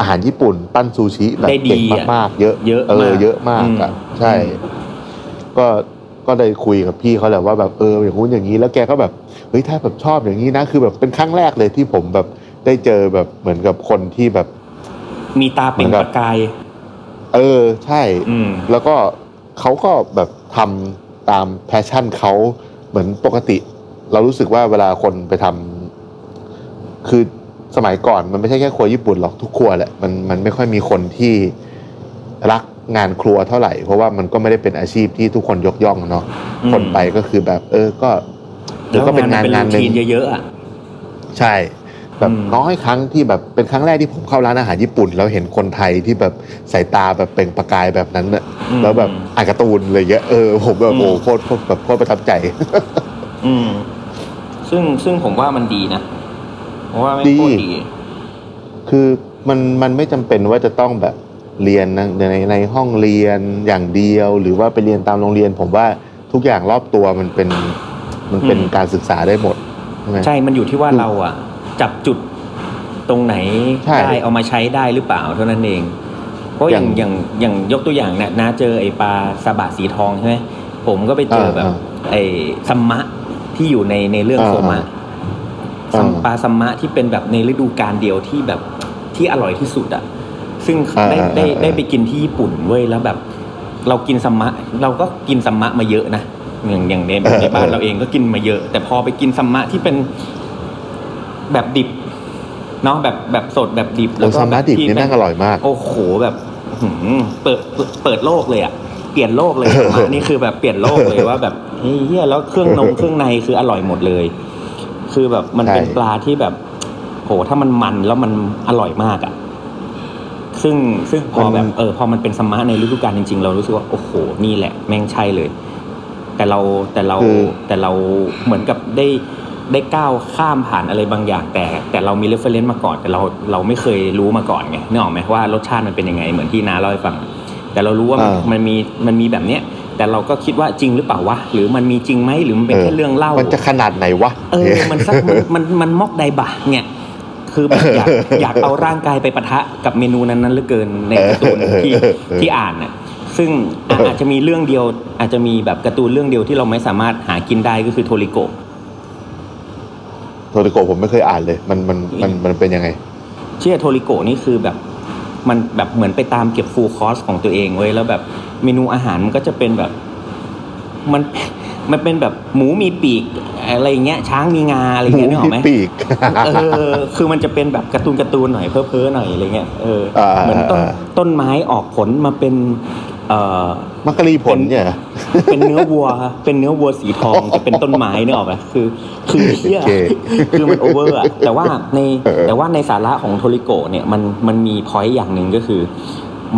[SPEAKER 2] อาหารญี่ปุ่น ปั้นซูชิแบบ
[SPEAKER 3] ได้ดี
[SPEAKER 2] เก่ง
[SPEAKER 3] อะ
[SPEAKER 2] มากๆ เยอะ
[SPEAKER 3] เยอะ
[SPEAKER 2] เอ
[SPEAKER 3] มา
[SPEAKER 2] อก เยอะมากอ่ะ
[SPEAKER 3] อืม
[SPEAKER 2] ใช่ ก็ก็ได้คุยกับพี่เขาแหละว่าแบบเอออย่างงู้นอย่างนี้แล้วแกก็แบบเฮ้ยถ้าแบบชอบอย่างนี้นะคือแบบเป็นครั้งแรกเลยที่ผมแบบได้เจอแบบเหมือนกับคนที่แบบ
[SPEAKER 3] มีตาเป็น
[SPEAKER 2] เหมือนกั
[SPEAKER 3] ป
[SPEAKER 2] บ
[SPEAKER 3] ระกาย
[SPEAKER 2] เออใช่
[SPEAKER 3] อืม
[SPEAKER 2] แล้วก็เขาก็แบบทำตามแพชชั่นเขาเหมือนปกติ เรารู้สึกว่าเวลาคนไปทำ คือสมัยก่อนมันไม่ใช่แค่ครัวญี่ปุ่นหรอกทุกครัวแหละมันมันไม่ค่อยมีคนที่รักงานครัวเท่าไหร่ เพราะว่ามันก็ไม่ได้เป็นอาชีพที่ทุกคนยกย่องเนาะ
[SPEAKER 3] อืม
[SPEAKER 2] คนไปก็คือแบบ เออก็เดี๋ยวก็เป็นงาน
[SPEAKER 3] แล้ว
[SPEAKER 2] งานหนึ่ง
[SPEAKER 3] รูทีเยอะๆอ่ะ
[SPEAKER 2] ใช่แบบ
[SPEAKER 3] อืม
[SPEAKER 2] น้อยครั้งที่แบบเป็นครั้งแรกที่ผมเข้าร้านอาหารญี่ปุ่น แล้วเห็นคนไทยที่แบบสายตาแบบเปล่งประกายแบบนั้นน่ะ
[SPEAKER 3] อืม
[SPEAKER 2] แล้วแบบอ่านการ์ตูนเลยเยอะเออผมแบบ
[SPEAKER 3] อืม
[SPEAKER 2] โอ้โหโคตรโคตรแบบโคตรประทับใจ
[SPEAKER 3] อืม ซึ่งซึ่งผมว่ามันดีนะผมว่าไม่งโคตร
[SPEAKER 2] ดี
[SPEAKER 3] ดี
[SPEAKER 2] คือมันมันไม่จำเป็นว่าจะต้องแบบเรียนในในในห้องเรียนอย่างเดียว หรือว่าไปเรียนตามโรงเรียน ผมว่าทุกอย่างรอบตัวมันเป็นมันเป็น
[SPEAKER 3] อืม
[SPEAKER 2] การศึกษาได้หมดใช่ไหม
[SPEAKER 3] ใช่ มันอยู่ที่ว่าเราอ่ะ จับจุดตรงไหน
[SPEAKER 2] ใช่
[SPEAKER 3] ได้เอามาใช้ได้หรือเปล่าเท่านั้นเอง เพราะอย่างอย่างอย่างยกตัวอย่างเนี่ยนาเจอไอปลาซาบะสีทองใช่ไหมผมก็ไปเจออา แบบไอซัมมะที่อยู่ในในเรื่อง
[SPEAKER 2] อ่า
[SPEAKER 3] โซมะ
[SPEAKER 2] อ่า
[SPEAKER 3] ซัมปลาซัมมะที่เป็นแบบในฤดูกาลเดียวที่แบบที่อร่อยที่สุดอ่ะ ซึ่ง
[SPEAKER 2] อ่า
[SPEAKER 3] ได้
[SPEAKER 2] อ่า
[SPEAKER 3] ได้
[SPEAKER 2] อ่า
[SPEAKER 3] ได้ไปกินที่ญี่ปุ่นเว้ยแล้วแบบ เรากินซัมมะเราก็กินซัมมะมาเยอะนะอย่างอย่างใน
[SPEAKER 2] เออ
[SPEAKER 3] ในบ้าน
[SPEAKER 2] เออ
[SPEAKER 3] เราเองก็กินมาเยอะ แต่พอไปกินซัมมะที่เป็นแบบดิบเนาะแบบแบบสดแบบดิบ
[SPEAKER 2] โอซา
[SPEAKER 3] แบ
[SPEAKER 2] มะ
[SPEAKER 3] บ
[SPEAKER 2] ดิบ
[SPEAKER 3] ที่
[SPEAKER 2] นี่แม่งอร่อยมาก
[SPEAKER 3] โอ้โหแบบหืมเปิดเปิดเปิดโลกเลยอะเปลี่ยนโลก
[SPEAKER 2] [LAUGHS]
[SPEAKER 3] เลย
[SPEAKER 2] เออ
[SPEAKER 3] ซัมมะนี่คือแบบเปลี่ยนโลกเลยว่าแบบเฮยเหียแล้วเครื่องน
[SPEAKER 2] [LAUGHS]
[SPEAKER 3] มเครื่องในคืออร่อยหมดเลย คือแบบมันเป็น
[SPEAKER 2] ใช่
[SPEAKER 3] ปลาที่แบบโหถ้ามันมันแล้วมันอร่อยมากอะ ซึ่งซึ่งพอ
[SPEAKER 2] มัน
[SPEAKER 3] แบบเออพอมันเป็นสมมาร์ทในฤดูกาลจริงๆ เรารู้สึกว่า โอ้โห นี่แหละแม่งใช่เลย แต่เราแต่เรา
[SPEAKER 2] คือ
[SPEAKER 3] แต่เราเหมือนกับได้ได้ก้าวข้ามผ่านอะไรบางอย่าง แต่แต่เรามีเรฟเฟรนซ์มาก่อน แต่เราเราไม่เคยรู้มาก่อนไงนึกออกไหมว่ารสชาติมันเป็นยังไงเหมือนที่น้าเล่าให้ฟัง แต่เรารู้ว่ามัน
[SPEAKER 2] อ่ามั
[SPEAKER 3] มันมีมันมีแบบเนี้ย แต่เราก็คิดว่าจริงหรือเปล่าวะหรือมันมีจริงไหมหรือมันเป็น
[SPEAKER 2] เออ
[SPEAKER 3] แค่เรื่องเล่า
[SPEAKER 2] มันจะขนาดไหนวะ
[SPEAKER 3] เออ มันสักมันมันมันมอกไดบะเนี่ย คือแบบอยาก อยากเอาร่างกายไปปะทะกับเมนูนั้นๆเหลือเกินในการ์ตูนที่
[SPEAKER 2] เออเออ
[SPEAKER 3] ที่อ่านน่ะ ซึ่งอ่ะ
[SPEAKER 2] เอออ
[SPEAKER 3] อาจจะมีเรื่องเดียว อาจจะมีแบบการ์ตูนเรื่องเดียวที่เราไม่สามารถหากินได้ก็คือโทริโกะ
[SPEAKER 2] โทริโกะผมไม่เคยอ่านเลย มันมันมันมันเป็นยังไง
[SPEAKER 3] เชื่อโทริโกะนี่คือแบบมันแบบเหมือนไปตามเก็บฟูลคอร์สของตัวเองเว้ยแล้วแบบเมนูอาหารมันก็จะเป็นแบบ มันมันเป็นแบบหมูมีปีกอะไรอย่างเงี้ย ช้างมีงาอะไรอ
[SPEAKER 2] ห
[SPEAKER 3] ย่าง
[SPEAKER 2] มู
[SPEAKER 3] เงี้ยนึกออก
[SPEAKER 2] มี
[SPEAKER 3] ไหม
[SPEAKER 2] ปีก [LAUGHS]
[SPEAKER 3] เออ คือมันจะเป็นแบบการ์ตูนการ์ตูนหน่อยเพ้อเพ้อๆหน่อยอะไรเงี้ย เออ
[SPEAKER 2] อ่า
[SPEAKER 3] เหมือนต้นต้นไม้ออกผลมาเป็น เอ่อ
[SPEAKER 2] มักกะรีผลเนี่ย
[SPEAKER 3] เป็นเนื้อวัว เป็นเนื้อวัวสีท
[SPEAKER 2] [LAUGHS]
[SPEAKER 3] องจะเป็นต้นไม้เนี่ยออกไหมคือ คือเชี่ย
[SPEAKER 2] โอเค
[SPEAKER 3] คือมันโอเวอ
[SPEAKER 2] [LAUGHS]
[SPEAKER 3] ร์อะแต่ว่าใน
[SPEAKER 2] เออ
[SPEAKER 3] แต่ว่าในสาระของโทริโกะเนี่ยมันมันมีพอยต์อย่างหนึ่งก็คือ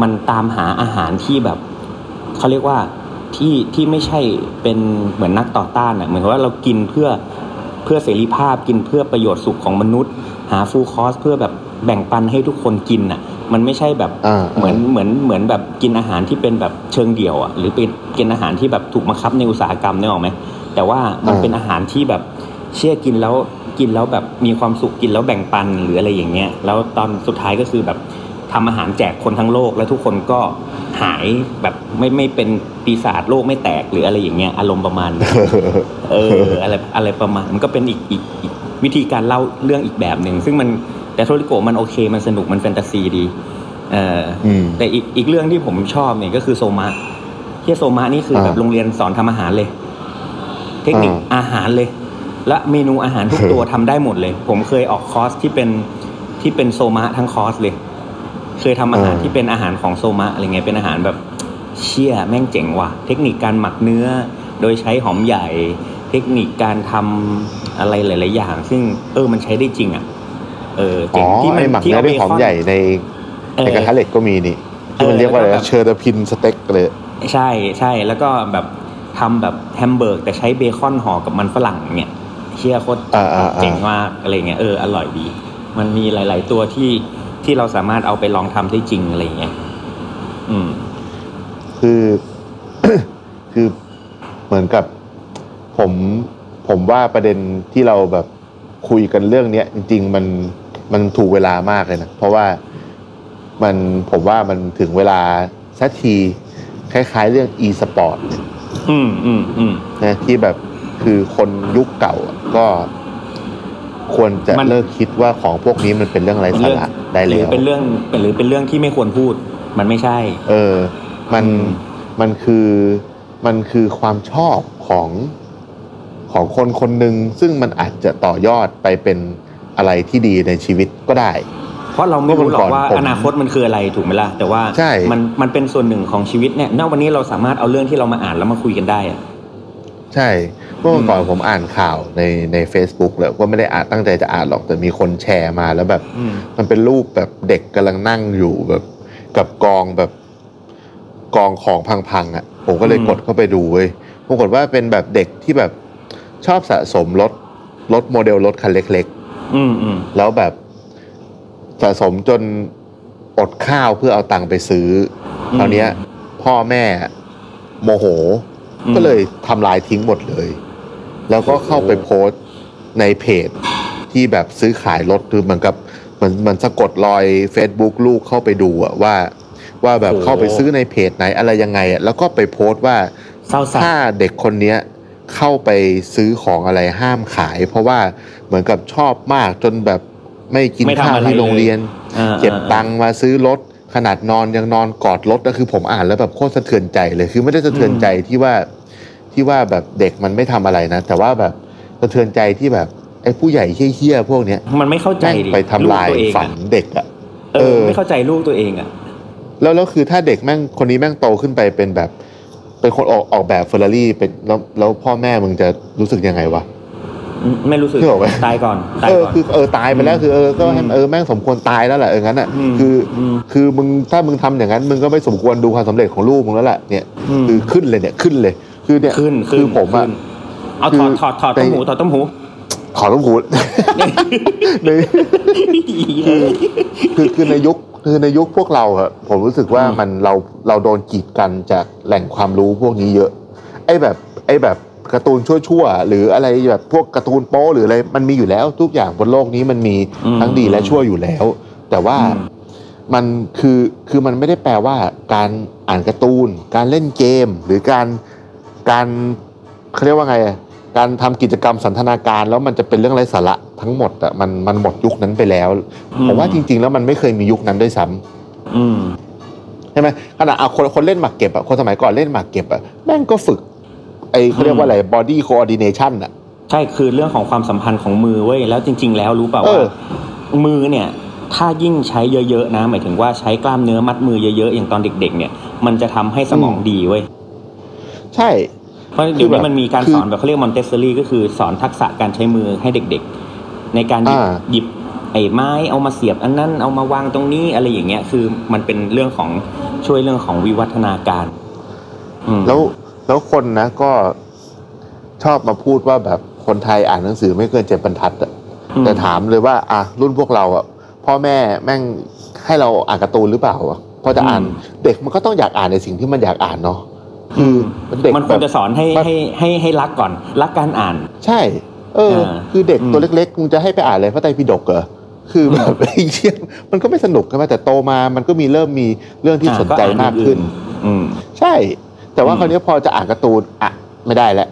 [SPEAKER 3] มันตามหาอาหารที่แบบเขาเรียกว่าที่ที่ไม่ใช่เป็นเหมือนนักต่อต้านอะเหมือนกับว่าเรากินเพื่อเพื่อเสรีภาพกินเพื่อประโยชน์สุขของมนุษย์ หาฟูลคอร์สเพื่อแบบแบ่งปันให้ทุกคนกินอ่ะ มันไม่ใช่แบบ
[SPEAKER 2] อ่า
[SPEAKER 3] เหมือน เหมือนเหมือนแบบกินอาหารที่เป็นแบบเชิงเดี่ยวอ่ะหรือเป็นกินอาหารที่แบบถูกบังคับในอุตสาหกรรมนี่ออกไหมแต่ว่ามัน
[SPEAKER 2] อ่า
[SPEAKER 3] เป็นอาหารที่แบบเชื่อกินแล้วกินแล้วแบบมีความสุขกินแล้วแบ่งปันหรืออะไรอย่างเงี้ยแล้วตอนสุดท้ายก็คือแบบทำอาหารแจกคนทั้งโลก แล้วทุกคนก็หายแบบไม่ไม่เป็นปีศาจโลกไม่แตกหรืออะไรอย่างเงี้ยอารมณ์ประมาณนั้น เอออะไรอะไรประมาณมันก็เป็นอีกอีกอีกวิธีการเล่าเรื่องอีกแบบหนึ่งซึ่งมันแต่โทริโกะมันโอเค มันสนุกมันแฟนตาซีดี เอออ
[SPEAKER 2] ม
[SPEAKER 3] แต่อีกอีกเรื่องที่ผมชอบเนี่ยก็คือโซมะที่โซมะนี่คือ
[SPEAKER 2] อ่า
[SPEAKER 3] แบบโรงเรียนสอนทำอาหารเลย เทคนิค
[SPEAKER 2] อ่า
[SPEAKER 3] อาหารเลย และเมนูอาหารทุกตัว ทำได้หมดเลย ผมเคยออกคอร์สที่เป็นที่เป็นโซมะทั้งคอร์สเลย เคยทำอาหาร
[SPEAKER 2] อ่า
[SPEAKER 3] ที่เป็นอาหารของโซมะอะไรเงี้ยเป็นอาหารแบบ เชี่ยแม่งเจ๋งว่ะ เทคนิคการหมักเนื้อ โดยใช้หอมใหญ่ เทคนิคการทำอะไรหลาย ๆ อย่าง ซึ่งเออมันใช้ได้จริงอ่ะ เออ
[SPEAKER 2] อ๋
[SPEAKER 3] เจ๋
[SPEAKER 2] อง
[SPEAKER 3] ที่มั
[SPEAKER 2] ไอน หมัก
[SPEAKER 3] ที่
[SPEAKER 2] เนื้อ
[SPEAKER 3] เอา
[SPEAKER 2] ด้วย
[SPEAKER 3] เบ
[SPEAKER 2] หอม
[SPEAKER 3] คอน
[SPEAKER 2] ใหญ่ใน
[SPEAKER 3] เออ
[SPEAKER 2] ในกระทะเหล็กก็มีนี่ ที่มันเรียกว่าอะไร
[SPEAKER 3] แล้วก็แบ
[SPEAKER 2] นะ
[SPEAKER 3] บ
[SPEAKER 2] เชอร์ดพินสเต็กเลย
[SPEAKER 3] ใช่ใช่แล้วก็แบบทำแบบแฮมเบอร์กแต่ใช้เบคอนห่อกับมันฝรั่งเนี่ยเชี่ยโคตร
[SPEAKER 2] อ่าอ่าอ่า
[SPEAKER 3] เจ๋งมากอะไรเงี้ยเอออร่อยดี มันมีหลาย ๆ ตัวที่ที่เราสามารถเอาไปลองทำได้จริงอะไรเงี้ยอืม
[SPEAKER 2] คือ [COUGHS] คือเหมือนกับผมผมว่าประเด็นที่เราแบบคุยกันเรื่องเนี้ยจริง ๆ มันมันถูกเวลามากเลยนะเพราะว่ามันผมว่ามันถึงเวลาสักทีคล้าย ๆ เรื่อง e สปอร์ต
[SPEAKER 3] อืมอืมอืม
[SPEAKER 2] นะที่แบบคือคนยุคเก่าอะก็ควรจะ
[SPEAKER 3] มัน
[SPEAKER 2] เลิกคิดว่าของพวกนี้มันเป็นเรื่องไร้สาระได้
[SPEAKER 3] หรื
[SPEAKER 2] แล้
[SPEAKER 3] อ
[SPEAKER 2] ว
[SPEAKER 3] เป็นเรื่องหรือเป็นเรื่องที่ไม่ควรพูด มันไม่ใช่
[SPEAKER 2] เออ มัน
[SPEAKER 3] อืม
[SPEAKER 2] มันคือมันคือความชอบของของคนคนหนึ่งซึ่งมันอาจจะต่อยอดไปเป็น อะไรที่ดีในชีวิตก็ได้
[SPEAKER 3] เพราะเราไม่รู้หรอกว่า
[SPEAKER 2] เมื่อวันก่อนผม
[SPEAKER 3] อนาคตมันคืออะไรถูกไหมล่ะแต่ว่า
[SPEAKER 2] ใช่
[SPEAKER 3] มันมันเป็นส่วนหนึ่งของชีวิตเนี่ยณวันนี้เราสามารถเอาเรื่องที่เรามาอ่านแล้วมาคุยกันได้อะ
[SPEAKER 2] ใช่เมื่อวันก่อน
[SPEAKER 3] อืม
[SPEAKER 2] ผมอ่านข่าวในใน Facebook เลยก็ไม่ได้อ่านตั้งใจจะอ่านหรอกแต่มีคนแชร์มาแล้วแบบ
[SPEAKER 3] อืม
[SPEAKER 2] มันเป็นรูปแบบเด็กกำลังนั่งอยู่แบบ กับกองแบบกองของพังๆอะ่ะ ผมก็เลย
[SPEAKER 3] อืม
[SPEAKER 2] กดเข้าไปดูเว้ยปรากฏว่าเป็นแบบเด็กที่แบบชอบสะสมรถรถโมเดลรถคันเล็ก
[SPEAKER 3] อืมอืม
[SPEAKER 2] ๆ แล้วแบบสะสมจนอดข้าวเพื่อเอาตังค์ไปซื้ออคราวเนี้ย พ่อแม่โมโห
[SPEAKER 3] อืม
[SPEAKER 2] ก็เลยทำลายทิ้งหมดเลย แล้วก็เข้าไปโพสต์ในเพจที่แบบซื้อขายรถคือเหมือนกับเหมันเหมันสะกดรอย Facebook ลูกเข้าไปดูอะว่า ว่าแบบ
[SPEAKER 3] โอ้โห
[SPEAKER 2] เข้าไปซื้อในเพจไหนอะไรยังไงอะแล้วก็ไปโพสต์ว่า
[SPEAKER 3] เศร้าสัต
[SPEAKER 2] ถ้า
[SPEAKER 3] ว์
[SPEAKER 2] เด็กคนเนี้ยเข้าไปซื้อของอะไรห้ามขาย เพราะว่าเหมือนกับชอบมากจนแบบไม่กินข้าวที่โรงเรียน
[SPEAKER 3] อ่า
[SPEAKER 2] เก็บตังค์มาซื้อรถขนาดนอนยังนอนกอดรถก็คือผมอ่านแล้วแบบโคตรสะเทือนใจเลยคือไม่ได้สะเทือนใจที่ว่าที่ว่าแบบเด็กมันไม่ทำอะไรนะ แต่ว่าแบบสะเทือนใจที่แบบไอ้ผู้ใหญ่เฮี้ยๆพวกเนี้ย
[SPEAKER 3] มันไม่เข้าใจ
[SPEAKER 2] แม่ง
[SPEAKER 3] ดิ
[SPEAKER 2] ไปทำลาย
[SPEAKER 3] กตัวเองอะ
[SPEAKER 2] ฝันเด็กอะ
[SPEAKER 3] เอ
[SPEAKER 2] เอ
[SPEAKER 3] อ
[SPEAKER 2] อ
[SPEAKER 3] ไม่เข้าใจลูกตัวเองอ่ะ
[SPEAKER 2] แล้วแล้วคือถ้าเด็กแม่งคนนี้แม่งโตขึ้นไปเป็นแบบ เป็นคนออกออกแบบเฟอร์รารี่เป็นแล้วแล้วพ่อแม่มึงจะรู้สึกยังไงวะ
[SPEAKER 3] ไม่รู้สึก
[SPEAKER 2] นึกออกไหม
[SPEAKER 3] ตายก่อนตาย
[SPEAKER 2] เออ
[SPEAKER 3] ก่อน
[SPEAKER 2] คือเออตายไปแล้วคือเออก็ให้มัน
[SPEAKER 3] อืม
[SPEAKER 2] เออแม่งสมควรตายแล้วแหละเอองั้นอ่ะ
[SPEAKER 3] ม
[SPEAKER 2] คืออ
[SPEAKER 3] ม
[SPEAKER 2] คือมึงถ้ามึงทำอย่างนั้นมึงก็ไม่สมควรดูความสำเร็จของลูกมึงแล้วแหละเนี่ย
[SPEAKER 3] ม
[SPEAKER 2] คือขึ้นเลยเนี่ยขึ้นเลย คือเนี่ย
[SPEAKER 3] ขึ้นขึ้น
[SPEAKER 2] คือผมอะ
[SPEAKER 3] ขึ้นเอาถอดถอดถอ
[SPEAKER 2] คื
[SPEAKER 3] ด
[SPEAKER 2] อ
[SPEAKER 3] ต้มหู
[SPEAKER 2] ไป
[SPEAKER 3] ถอดต้มหู
[SPEAKER 2] ขอต้องพูด ในคื
[SPEAKER 3] คือ
[SPEAKER 2] อคือในยุคคือในยุคพวกเราอะผมรู้สึกว่ามันเราเราโดนกีดกันจากแหล่งความรู้พวกนี้เยอะ ไอ้แบบไอ้แบบการ์ตูนชั่วๆหรืออะไรแบบพวกการ์ตูนโป๊หรืออะไรมันมีอยู่แล้วทุกอย่างบนโลกนี้มันมีทั้งดีและชั่วอยู่แล้ว แต่ว่า มันคือคือมันไม่ได้แปลว่าการอ่านการ์ตูน การเล่นเกม หรือการการเขาเรียกว่าไงอะการทำกิจกรรมสันทนาการแล้วมันจะเป็นเรื่องไร้สาระทั้งหมดอะมันมันหมดยุคนั้นไปแล้วผมว่าจริง ๆ แล้วมันไม่เคยมียุคนั้นด้วยซ้ำ
[SPEAKER 3] อืม
[SPEAKER 2] ใช่ไหมขนาดเอาคนคนเล่นหมากเก็บอะคนสมัยก่อนเล่นหมากเก็บอะแม่งก็ฝึกไอเขาเรียกว่าอะไร body coordination อะ
[SPEAKER 3] ใช่คือเรื่องของความสัมพันธ์ของมือเว้ยแล้วจริง ๆ แล้วรู้เปล่า
[SPEAKER 2] เอ
[SPEAKER 3] ว่า
[SPEAKER 2] อ
[SPEAKER 3] มือเนี่ย ถ้ายิ่งใช้เยอะๆนะ หมายถึงว่าใช้กล้ามเนื้อมัดมือเยอะๆอย่างตอนเด็ก ๆ เนี่ย มันจะทำให้สมองดีเว้ย
[SPEAKER 2] ใช่
[SPEAKER 3] เพราะเดี๋ยวนี้มันมีการ
[SPEAKER 2] คือ
[SPEAKER 3] สอนแบบเขาเรียกมอนเตสซอรี่ก็คือสอนทักษะการใช้มือให้เด็กๆ ในการหยิบ
[SPEAKER 2] อ่า
[SPEAKER 3] หยิบไอ้ไม้เอามาเสียบอันนั้นเอามาวางตรงนี้อะไรอย่างเงี้ยคือมันเป็นเรื่องของช่วยเรื่องของวิวัฒนาการอืม
[SPEAKER 2] แล้วแล้วคนนะก็ชอบมาพูดว่าแบบคนไทยอ่านหนังสือไม่เกินเจ็ดบรรทัดอะ
[SPEAKER 3] อืม
[SPEAKER 2] แต่ถามเลยว่า อ่ะรุ่นพวกเราอะพ่อแม่แม่งให้เราอ่านการ์ตูนหรือเปล่าอะพอจะอ่านเด็กมันก็ต้องอยากอ่านในสิ่งที่มันอยากอ่านเนาะคือเด็ก
[SPEAKER 3] มันควรจะ
[SPEAKER 2] แบบ
[SPEAKER 3] สอนให้
[SPEAKER 2] มัน
[SPEAKER 3] ให้ให้ให้รักก่อน รักการอ่าน
[SPEAKER 2] ใช่ เออ
[SPEAKER 3] เออ
[SPEAKER 2] คือเด็ก
[SPEAKER 3] อืม
[SPEAKER 2] ตัวเล็กๆมึงจะให้ไปอ่านอะไรพระไตรปิฎกเหรอคือแบบ ไอ้เชี่ยมันก็ไม่สนุกใช่ไหมแต่โตมามันก็มีเริ่มมีเรื่องที่
[SPEAKER 3] อ่ะ
[SPEAKER 2] สนใจ
[SPEAKER 3] อ่
[SPEAKER 2] มากขึ้น
[SPEAKER 3] อื่อืม
[SPEAKER 2] ใช่ แต่ว่า
[SPEAKER 3] อืม
[SPEAKER 2] คราวนี้พอจะอ่านการ์ตูนอ่ะไม่ได้แล้ว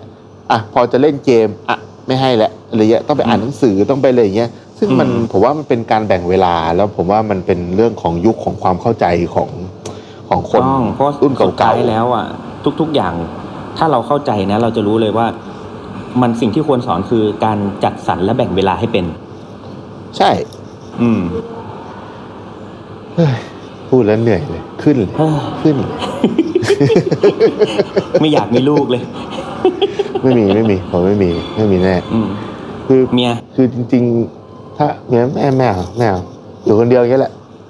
[SPEAKER 2] อ่ะพอจะเล่นเกมอ่ะไม่ให้แล้วอะไรเงี้ยต้องไปอ่านหนังสือต้องไปอะไรอย่างเงี้ยซึ่งมันผมว่ามันเป็นการแบ่งเวลาแล้วผมว่ามันเป็นเรื่องของยุคของความเข้าใจของของคน
[SPEAKER 3] ต้องเพราะ
[SPEAKER 2] รุ่น
[SPEAKER 3] สุดท้
[SPEAKER 2] เก่าย ๆ
[SPEAKER 3] แล้วอ่ะ ทุก ๆอย่าง ถ้าเราเข้าใจนะ เราจะรู้เลยว่า มันสิ่งที่ควรสอนคือการจัดสรรและแบ่งเวลาให้เป็น
[SPEAKER 2] ใช่
[SPEAKER 3] อืม
[SPEAKER 2] พูดแล้วเหนื่อยเลยขึ้นเลย
[SPEAKER 3] เฮ้ย
[SPEAKER 2] ขึ้นเลย
[SPEAKER 3] ไม่อยากมีลูกเลย
[SPEAKER 2] ไม่มีไม่มีผมไม่มีไม่มีแน่
[SPEAKER 3] อืม
[SPEAKER 2] คือ
[SPEAKER 3] เมีย
[SPEAKER 2] คือจริง ๆ ถ้าเนี้ยแม่แมวแมวอยู่คนเดียวอย่างเงี้ยแหละ [COUGHS]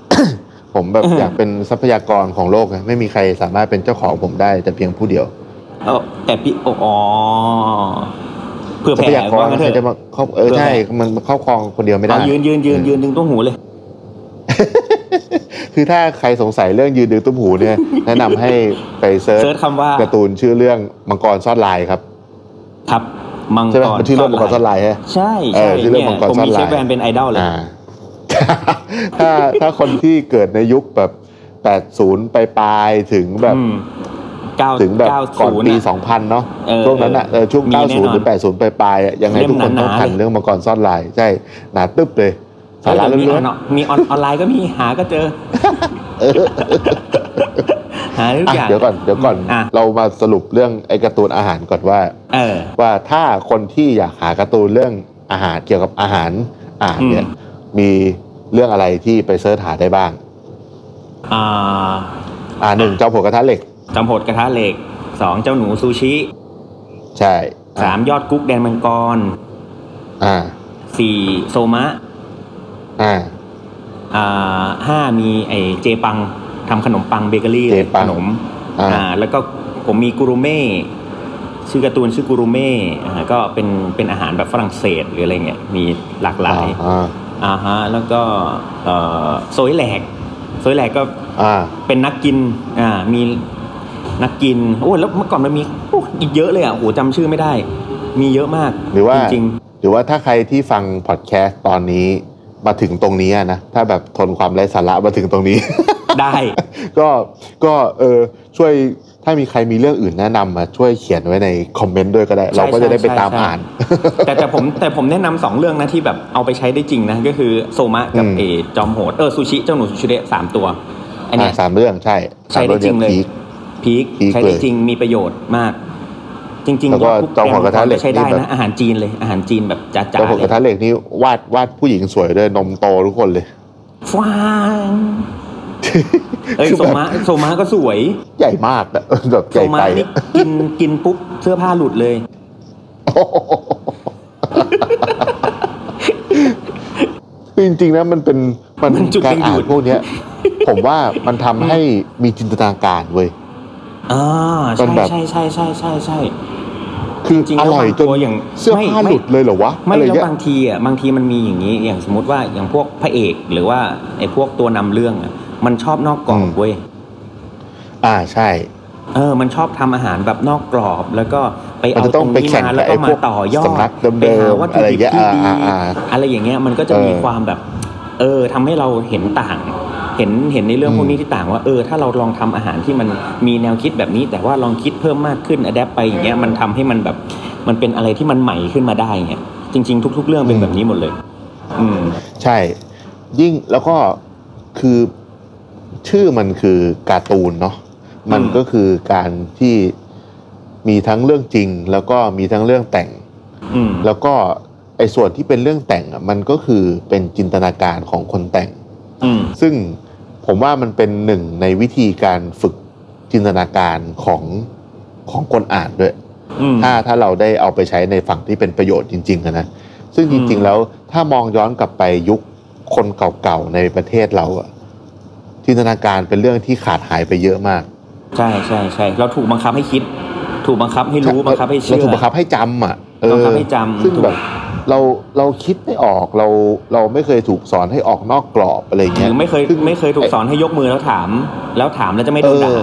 [SPEAKER 2] ผม
[SPEAKER 3] [COUGHS]
[SPEAKER 2] แบบอยากเป็นทรัพยากรของโลกนะไม่มีใครสามารถเป็นเจ้าของผมได้แต่เพียงผู้เดียว
[SPEAKER 3] เออแต่พี่โออ๋อเพื่อ
[SPEAKER 2] ทรั
[SPEAKER 3] แผ่
[SPEAKER 2] พยากร
[SPEAKER 3] ว่างั้น
[SPEAKER 2] ใคร
[SPEAKER 3] เถอะ
[SPEAKER 2] จะมาครอบเออ
[SPEAKER 3] เพื่อแผ่
[SPEAKER 2] ใช่มันครอบครองคนเดียวไม่
[SPEAKER 3] เอา
[SPEAKER 2] ได้
[SPEAKER 3] ยืนยืนยืนยืนดึงต้วหูเลย
[SPEAKER 2] [LAUGHS] คือถ้าใครสงสัยเรื่องยืนดือตุ้มหูเนี่ย
[SPEAKER 3] [LAUGHS]
[SPEAKER 2] แนะนำให้ไปเซิร์ช
[SPEAKER 3] เซิร์ชคำว่า
[SPEAKER 2] การ์ตูนชื่อเรื่องมังกรซ่อนลายครับ
[SPEAKER 3] ครับมัง
[SPEAKER 2] ใช่ไหม
[SPEAKER 3] กร
[SPEAKER 2] มันชื่อเรื่องมังกรซ่อนลายฮะ
[SPEAKER 3] ใช่
[SPEAKER 2] เอ
[SPEAKER 3] ใช่
[SPEAKER 2] อชื่อเรื่องมังกร
[SPEAKER 3] ผมมี
[SPEAKER 2] ซ่อนลาย
[SPEAKER 3] เชฟแวนเป็นไอดอลเลย
[SPEAKER 2] อ่า [LAUGHS] ถ้าถ้าคนที่เกิดในยุคแบบ 80 ไปปลายๆถึงแบบ
[SPEAKER 3] อืมเก้า
[SPEAKER 2] ถึงแบบ
[SPEAKER 3] เก้า
[SPEAKER 2] ก่อน
[SPEAKER 3] ศูย์
[SPEAKER 2] ปี
[SPEAKER 3] ะ
[SPEAKER 2] 2000 เนาะ
[SPEAKER 3] เออ
[SPEAKER 2] ช่วงนั้นอะเออช่วง
[SPEAKER 3] มีแน่นอน
[SPEAKER 2] 90 หรือ 80 ไปปลายๆอะยังไงทุกคนต้อง
[SPEAKER 3] เล่มหนาๆ
[SPEAKER 2] ทัน
[SPEAKER 3] เลย
[SPEAKER 2] เรื่องมังกรซ่อนลาย ใช่หนาตึ๊บเลยสาระ
[SPEAKER 3] เออมี
[SPEAKER 2] ล้
[SPEAKER 3] อ
[SPEAKER 2] ว
[SPEAKER 3] อนนมีออนออนไลน์ก็มีหาก็เจอ หาได้ทุ
[SPEAKER 2] ๆ
[SPEAKER 3] กอ
[SPEAKER 2] อ่ะ
[SPEAKER 3] ย่าง
[SPEAKER 2] เดี๋ยวก่อนเดี๋ยวก่อน
[SPEAKER 3] อ่ะ
[SPEAKER 2] เรามาสรุปเรื่องไอ้การ์ตูนอาหารก่อนว่า
[SPEAKER 3] เออ
[SPEAKER 2] ว่าถ้าคนที่อยากหาการ์ตูนเรื่องอาหารเกี่ยวกับอาหาร อ่า
[SPEAKER 3] อืม
[SPEAKER 2] เนี่ยมีเรื่องอะไรที่ไปเสิร์ชหาได้บ้าง
[SPEAKER 3] อ่า
[SPEAKER 2] อ่าหนึ่งเจ้าผลกระทะเหล็ก
[SPEAKER 3] จำหดกระทะเหล็กสองเจ้าหนูซูชิ
[SPEAKER 2] ใช่
[SPEAKER 3] สามยอดกุ๊กแดนมังกร
[SPEAKER 2] อ่า
[SPEAKER 3] สี่โซมะ
[SPEAKER 2] อ่า
[SPEAKER 3] อ่าห้ามีไอเจปังทำขนมปังเบเกอรี่
[SPEAKER 2] เจปั
[SPEAKER 3] ข
[SPEAKER 2] ง
[SPEAKER 3] นม
[SPEAKER 2] อ่า
[SPEAKER 3] อ่าแล้วก็ผมมีกูรูเม่ชื่อการ์ตูนชื่อกูรูเม่อ่าก็เป็นเป็นอาหารแบบฝรั่งเศสหรืออะไรเงี้ยมีหลากหลาย
[SPEAKER 2] อ่า
[SPEAKER 3] อ่าฮะแล้วก็เอ่อโซยแหลกโซยแหลกก็
[SPEAKER 2] อ่า
[SPEAKER 3] เป็นนักกินอ่ามีนักกินโอ้ยแล้วเมื่อก่อนมันมีโอ้ยอีกเยอะเลยอ่ะโหจำชื่อไม่ได้ มีเยอะมาก
[SPEAKER 2] หรือว่า
[SPEAKER 3] จริง
[SPEAKER 2] หรือว่าถ้าใครที่ฟังพอดแคสต์ตอนนี้มาถึงตรงนี้อะนะ ถ้าแบบทนความไร้สาระมาถึงตรงนี้ [LAUGHS]
[SPEAKER 3] ๆ ได้
[SPEAKER 2] ก็ก็เออช่วยถ้ามีใครมีเรื่องอื่นแนะนำมาช่วยเขียนไว้ในคอมเมนต์ด้วยก็ได้ เราก็จะได้ไปตามอ่าน
[SPEAKER 3] แต่แต่ผมแต่ผมแนะนำสองเรื่องนะที่แบบเอาไปใช้ได้จริงนะก็คือโซมะกับ
[SPEAKER 2] อืม
[SPEAKER 3] เออจอมโหดเออซูชิเจ้าหนูซูชิเดะสามตัวอันเนี้ย
[SPEAKER 2] อ่าสามเรื่องใช่
[SPEAKER 3] ใช้
[SPEAKER 2] สาม
[SPEAKER 3] ได้
[SPEAKER 2] อ
[SPEAKER 3] จริงเลย
[SPEAKER 2] พีค
[SPEAKER 3] พีค
[SPEAKER 2] พีค
[SPEAKER 3] ใช้
[SPEAKER 2] เล
[SPEAKER 3] ได้
[SPEAKER 2] ย
[SPEAKER 3] จริงมีประโยชน์มาก จริง
[SPEAKER 2] แล้วก็
[SPEAKER 3] ยอด
[SPEAKER 2] เจ้าของกระทะเหล็ก
[SPEAKER 3] ใช้ได้
[SPEAKER 2] นี่แบบ
[SPEAKER 3] นะอาหารจีนเลยอาหารจีนแบบจ๋า
[SPEAKER 2] แล้ว
[SPEAKER 3] ๆ
[SPEAKER 2] ผม
[SPEAKER 3] เล
[SPEAKER 2] ก
[SPEAKER 3] ย
[SPEAKER 2] ระทะเหล็กนี่วาดวาดผู้หญิงสวยด้วยนมโตทุกคนเลย
[SPEAKER 3] ฟ
[SPEAKER 2] [LAUGHS]
[SPEAKER 3] วางเอ้ย
[SPEAKER 2] คือ
[SPEAKER 3] โซ
[SPEAKER 2] แบบ
[SPEAKER 3] มะโซมะก็สวย
[SPEAKER 2] ใหญ่มาก [LAUGHS] อะ แบบ
[SPEAKER 3] โซ
[SPEAKER 2] ใหญ่
[SPEAKER 3] มะ
[SPEAKER 2] ไป
[SPEAKER 3] นี่
[SPEAKER 2] อะ
[SPEAKER 3] กินกินปุ๊บเสื้อผ้าหลุดเลย
[SPEAKER 2] คือจริงๆนะมันเป็นมัน
[SPEAKER 3] มันจุด
[SPEAKER 2] การ
[SPEAKER 3] ดึง
[SPEAKER 2] อ่า
[SPEAKER 3] ดู
[SPEAKER 2] น
[SPEAKER 3] ด
[SPEAKER 2] พวกเนี้ย ผมว่ามันทำให้มีจินตนาการเว้ย
[SPEAKER 3] อ่า
[SPEAKER 2] มั
[SPEAKER 3] ใช่
[SPEAKER 2] นแบบ
[SPEAKER 3] ใช่ใช่ใช่ใช่ใช่
[SPEAKER 2] คือ
[SPEAKER 3] จริ
[SPEAKER 2] อ
[SPEAKER 3] งๆแล้ว
[SPEAKER 2] ร่อย
[SPEAKER 3] บาง
[SPEAKER 2] จน
[SPEAKER 3] ตัวอย่าง
[SPEAKER 2] เสื้อ
[SPEAKER 3] ไม่
[SPEAKER 2] ผ้า
[SPEAKER 3] ไม่
[SPEAKER 2] หลุดเลยเหรอวะ
[SPEAKER 3] ไม่
[SPEAKER 2] อะไร
[SPEAKER 3] แล้ว
[SPEAKER 2] เงี้ย
[SPEAKER 3] บางทีอ่ะบางทีมันมีอย่างนี้อย่างสมมติว่าอย่างพวกพระเอกหรือว่าไอ้พวกตัวนำเรื่องอ่ะมันชอบนอกกรอ
[SPEAKER 2] อื
[SPEAKER 3] บ
[SPEAKER 2] ม
[SPEAKER 3] เว้ย
[SPEAKER 2] อ่าใช่
[SPEAKER 3] เออ มันชอบทำอาหารแบบนอกกรอบ แล้วก็ไป
[SPEAKER 2] มัน
[SPEAKER 3] เอา
[SPEAKER 2] จะ
[SPEAKER 3] ต
[SPEAKER 2] ต้
[SPEAKER 3] ร
[SPEAKER 2] อง
[SPEAKER 3] ง
[SPEAKER 2] ไป
[SPEAKER 3] นี้
[SPEAKER 2] แข่งกั
[SPEAKER 3] มา
[SPEAKER 2] บ
[SPEAKER 3] แล้วก็
[SPEAKER 2] ไอ้
[SPEAKER 3] มา
[SPEAKER 2] พวก
[SPEAKER 3] ต่อยอด
[SPEAKER 2] สำนักเดิมๆ
[SPEAKER 3] ไปหาวัตถุ
[SPEAKER 2] อะ
[SPEAKER 3] ดิบ
[SPEAKER 2] ไรเงี้ย
[SPEAKER 3] ที่ดี
[SPEAKER 2] อ่าอ่าอ่า
[SPEAKER 3] อะไรอย่างเงี้ยมันก็จะ
[SPEAKER 2] เออ
[SPEAKER 3] มีความแบบ เออทำให้เราเห็นต่าง เห็นเห็นในเรื่อง
[SPEAKER 2] อืม
[SPEAKER 3] พวกนี้ที่ต่างว่าเออถ้าเราลองทำอาหารที่มันมีแนวคิดแบบนี้ แต่ว่าลองคิดเพิ่มมากขึ้นอัดแอปไปอย่างเงี้ยมันทำให้มันแบบมันเป็นอะไรที่มันใหม่ขึ้นมาได้เงี้ยจริง ๆ ทุก ๆ เรื่องเป็นแบบนี้หมดเลย อืม
[SPEAKER 2] ใช่ ยิ่งแล้วก็คือชื่อมันคือการ์ตูนเนาะมัน
[SPEAKER 3] อืม
[SPEAKER 2] ก็คือการที่มีทั้งเรื่องจริง แล้วก็มีทั้งเรื่องแต่ง
[SPEAKER 3] อืม
[SPEAKER 2] แล้วก็ไอ้ส่วนที่เป็นเรื่องแต่งอ่ะมันก็คือเป็นจินตนาการของคนแต่ง
[SPEAKER 3] อืม
[SPEAKER 2] ซึ่งผมว่ามันเป็นหนึ่งในวิธีการฝึกจินตนาการของของคนอ่านด้วย
[SPEAKER 3] อืม
[SPEAKER 2] ถ้าถ้าเราได้เอาไปใช้ในฝั่งที่เป็นประโยชน์จริงๆอะนะ ซึ่งจริง
[SPEAKER 3] อืม
[SPEAKER 2] ๆแล้วถ้ามองย้อนกลับไปยุคคนเก่าๆในประเทศเราอะจินตนาการเป็นเรื่องที่ขาดหายไปเยอะมาก
[SPEAKER 3] ใช่ใช่ใช่เราถูกบังคับให้คิด ถูกบังคับให้รู้บังคับให้เชื่อ
[SPEAKER 2] ราถูกบังคับให้จำอ่ะเออ
[SPEAKER 3] บังคับให้จำ
[SPEAKER 2] ซึ่ง
[SPEAKER 3] ถูก
[SPEAKER 2] แบบเราเราคิดไม่ออกเราเราไม่เคยถูกสอนให้ออกนอกกรอบอะไร
[SPEAKER 3] ห
[SPEAKER 2] เงี้
[SPEAKER 3] รื
[SPEAKER 2] ย
[SPEAKER 3] อไม่เคย
[SPEAKER 2] ซึ่ง
[SPEAKER 3] ไม่เคยถูกสอนให้ยกมือแล้วถาม แล้วถามแล้วจะไม่โดน
[SPEAKER 2] เอ
[SPEAKER 3] ด่า
[SPEAKER 2] อ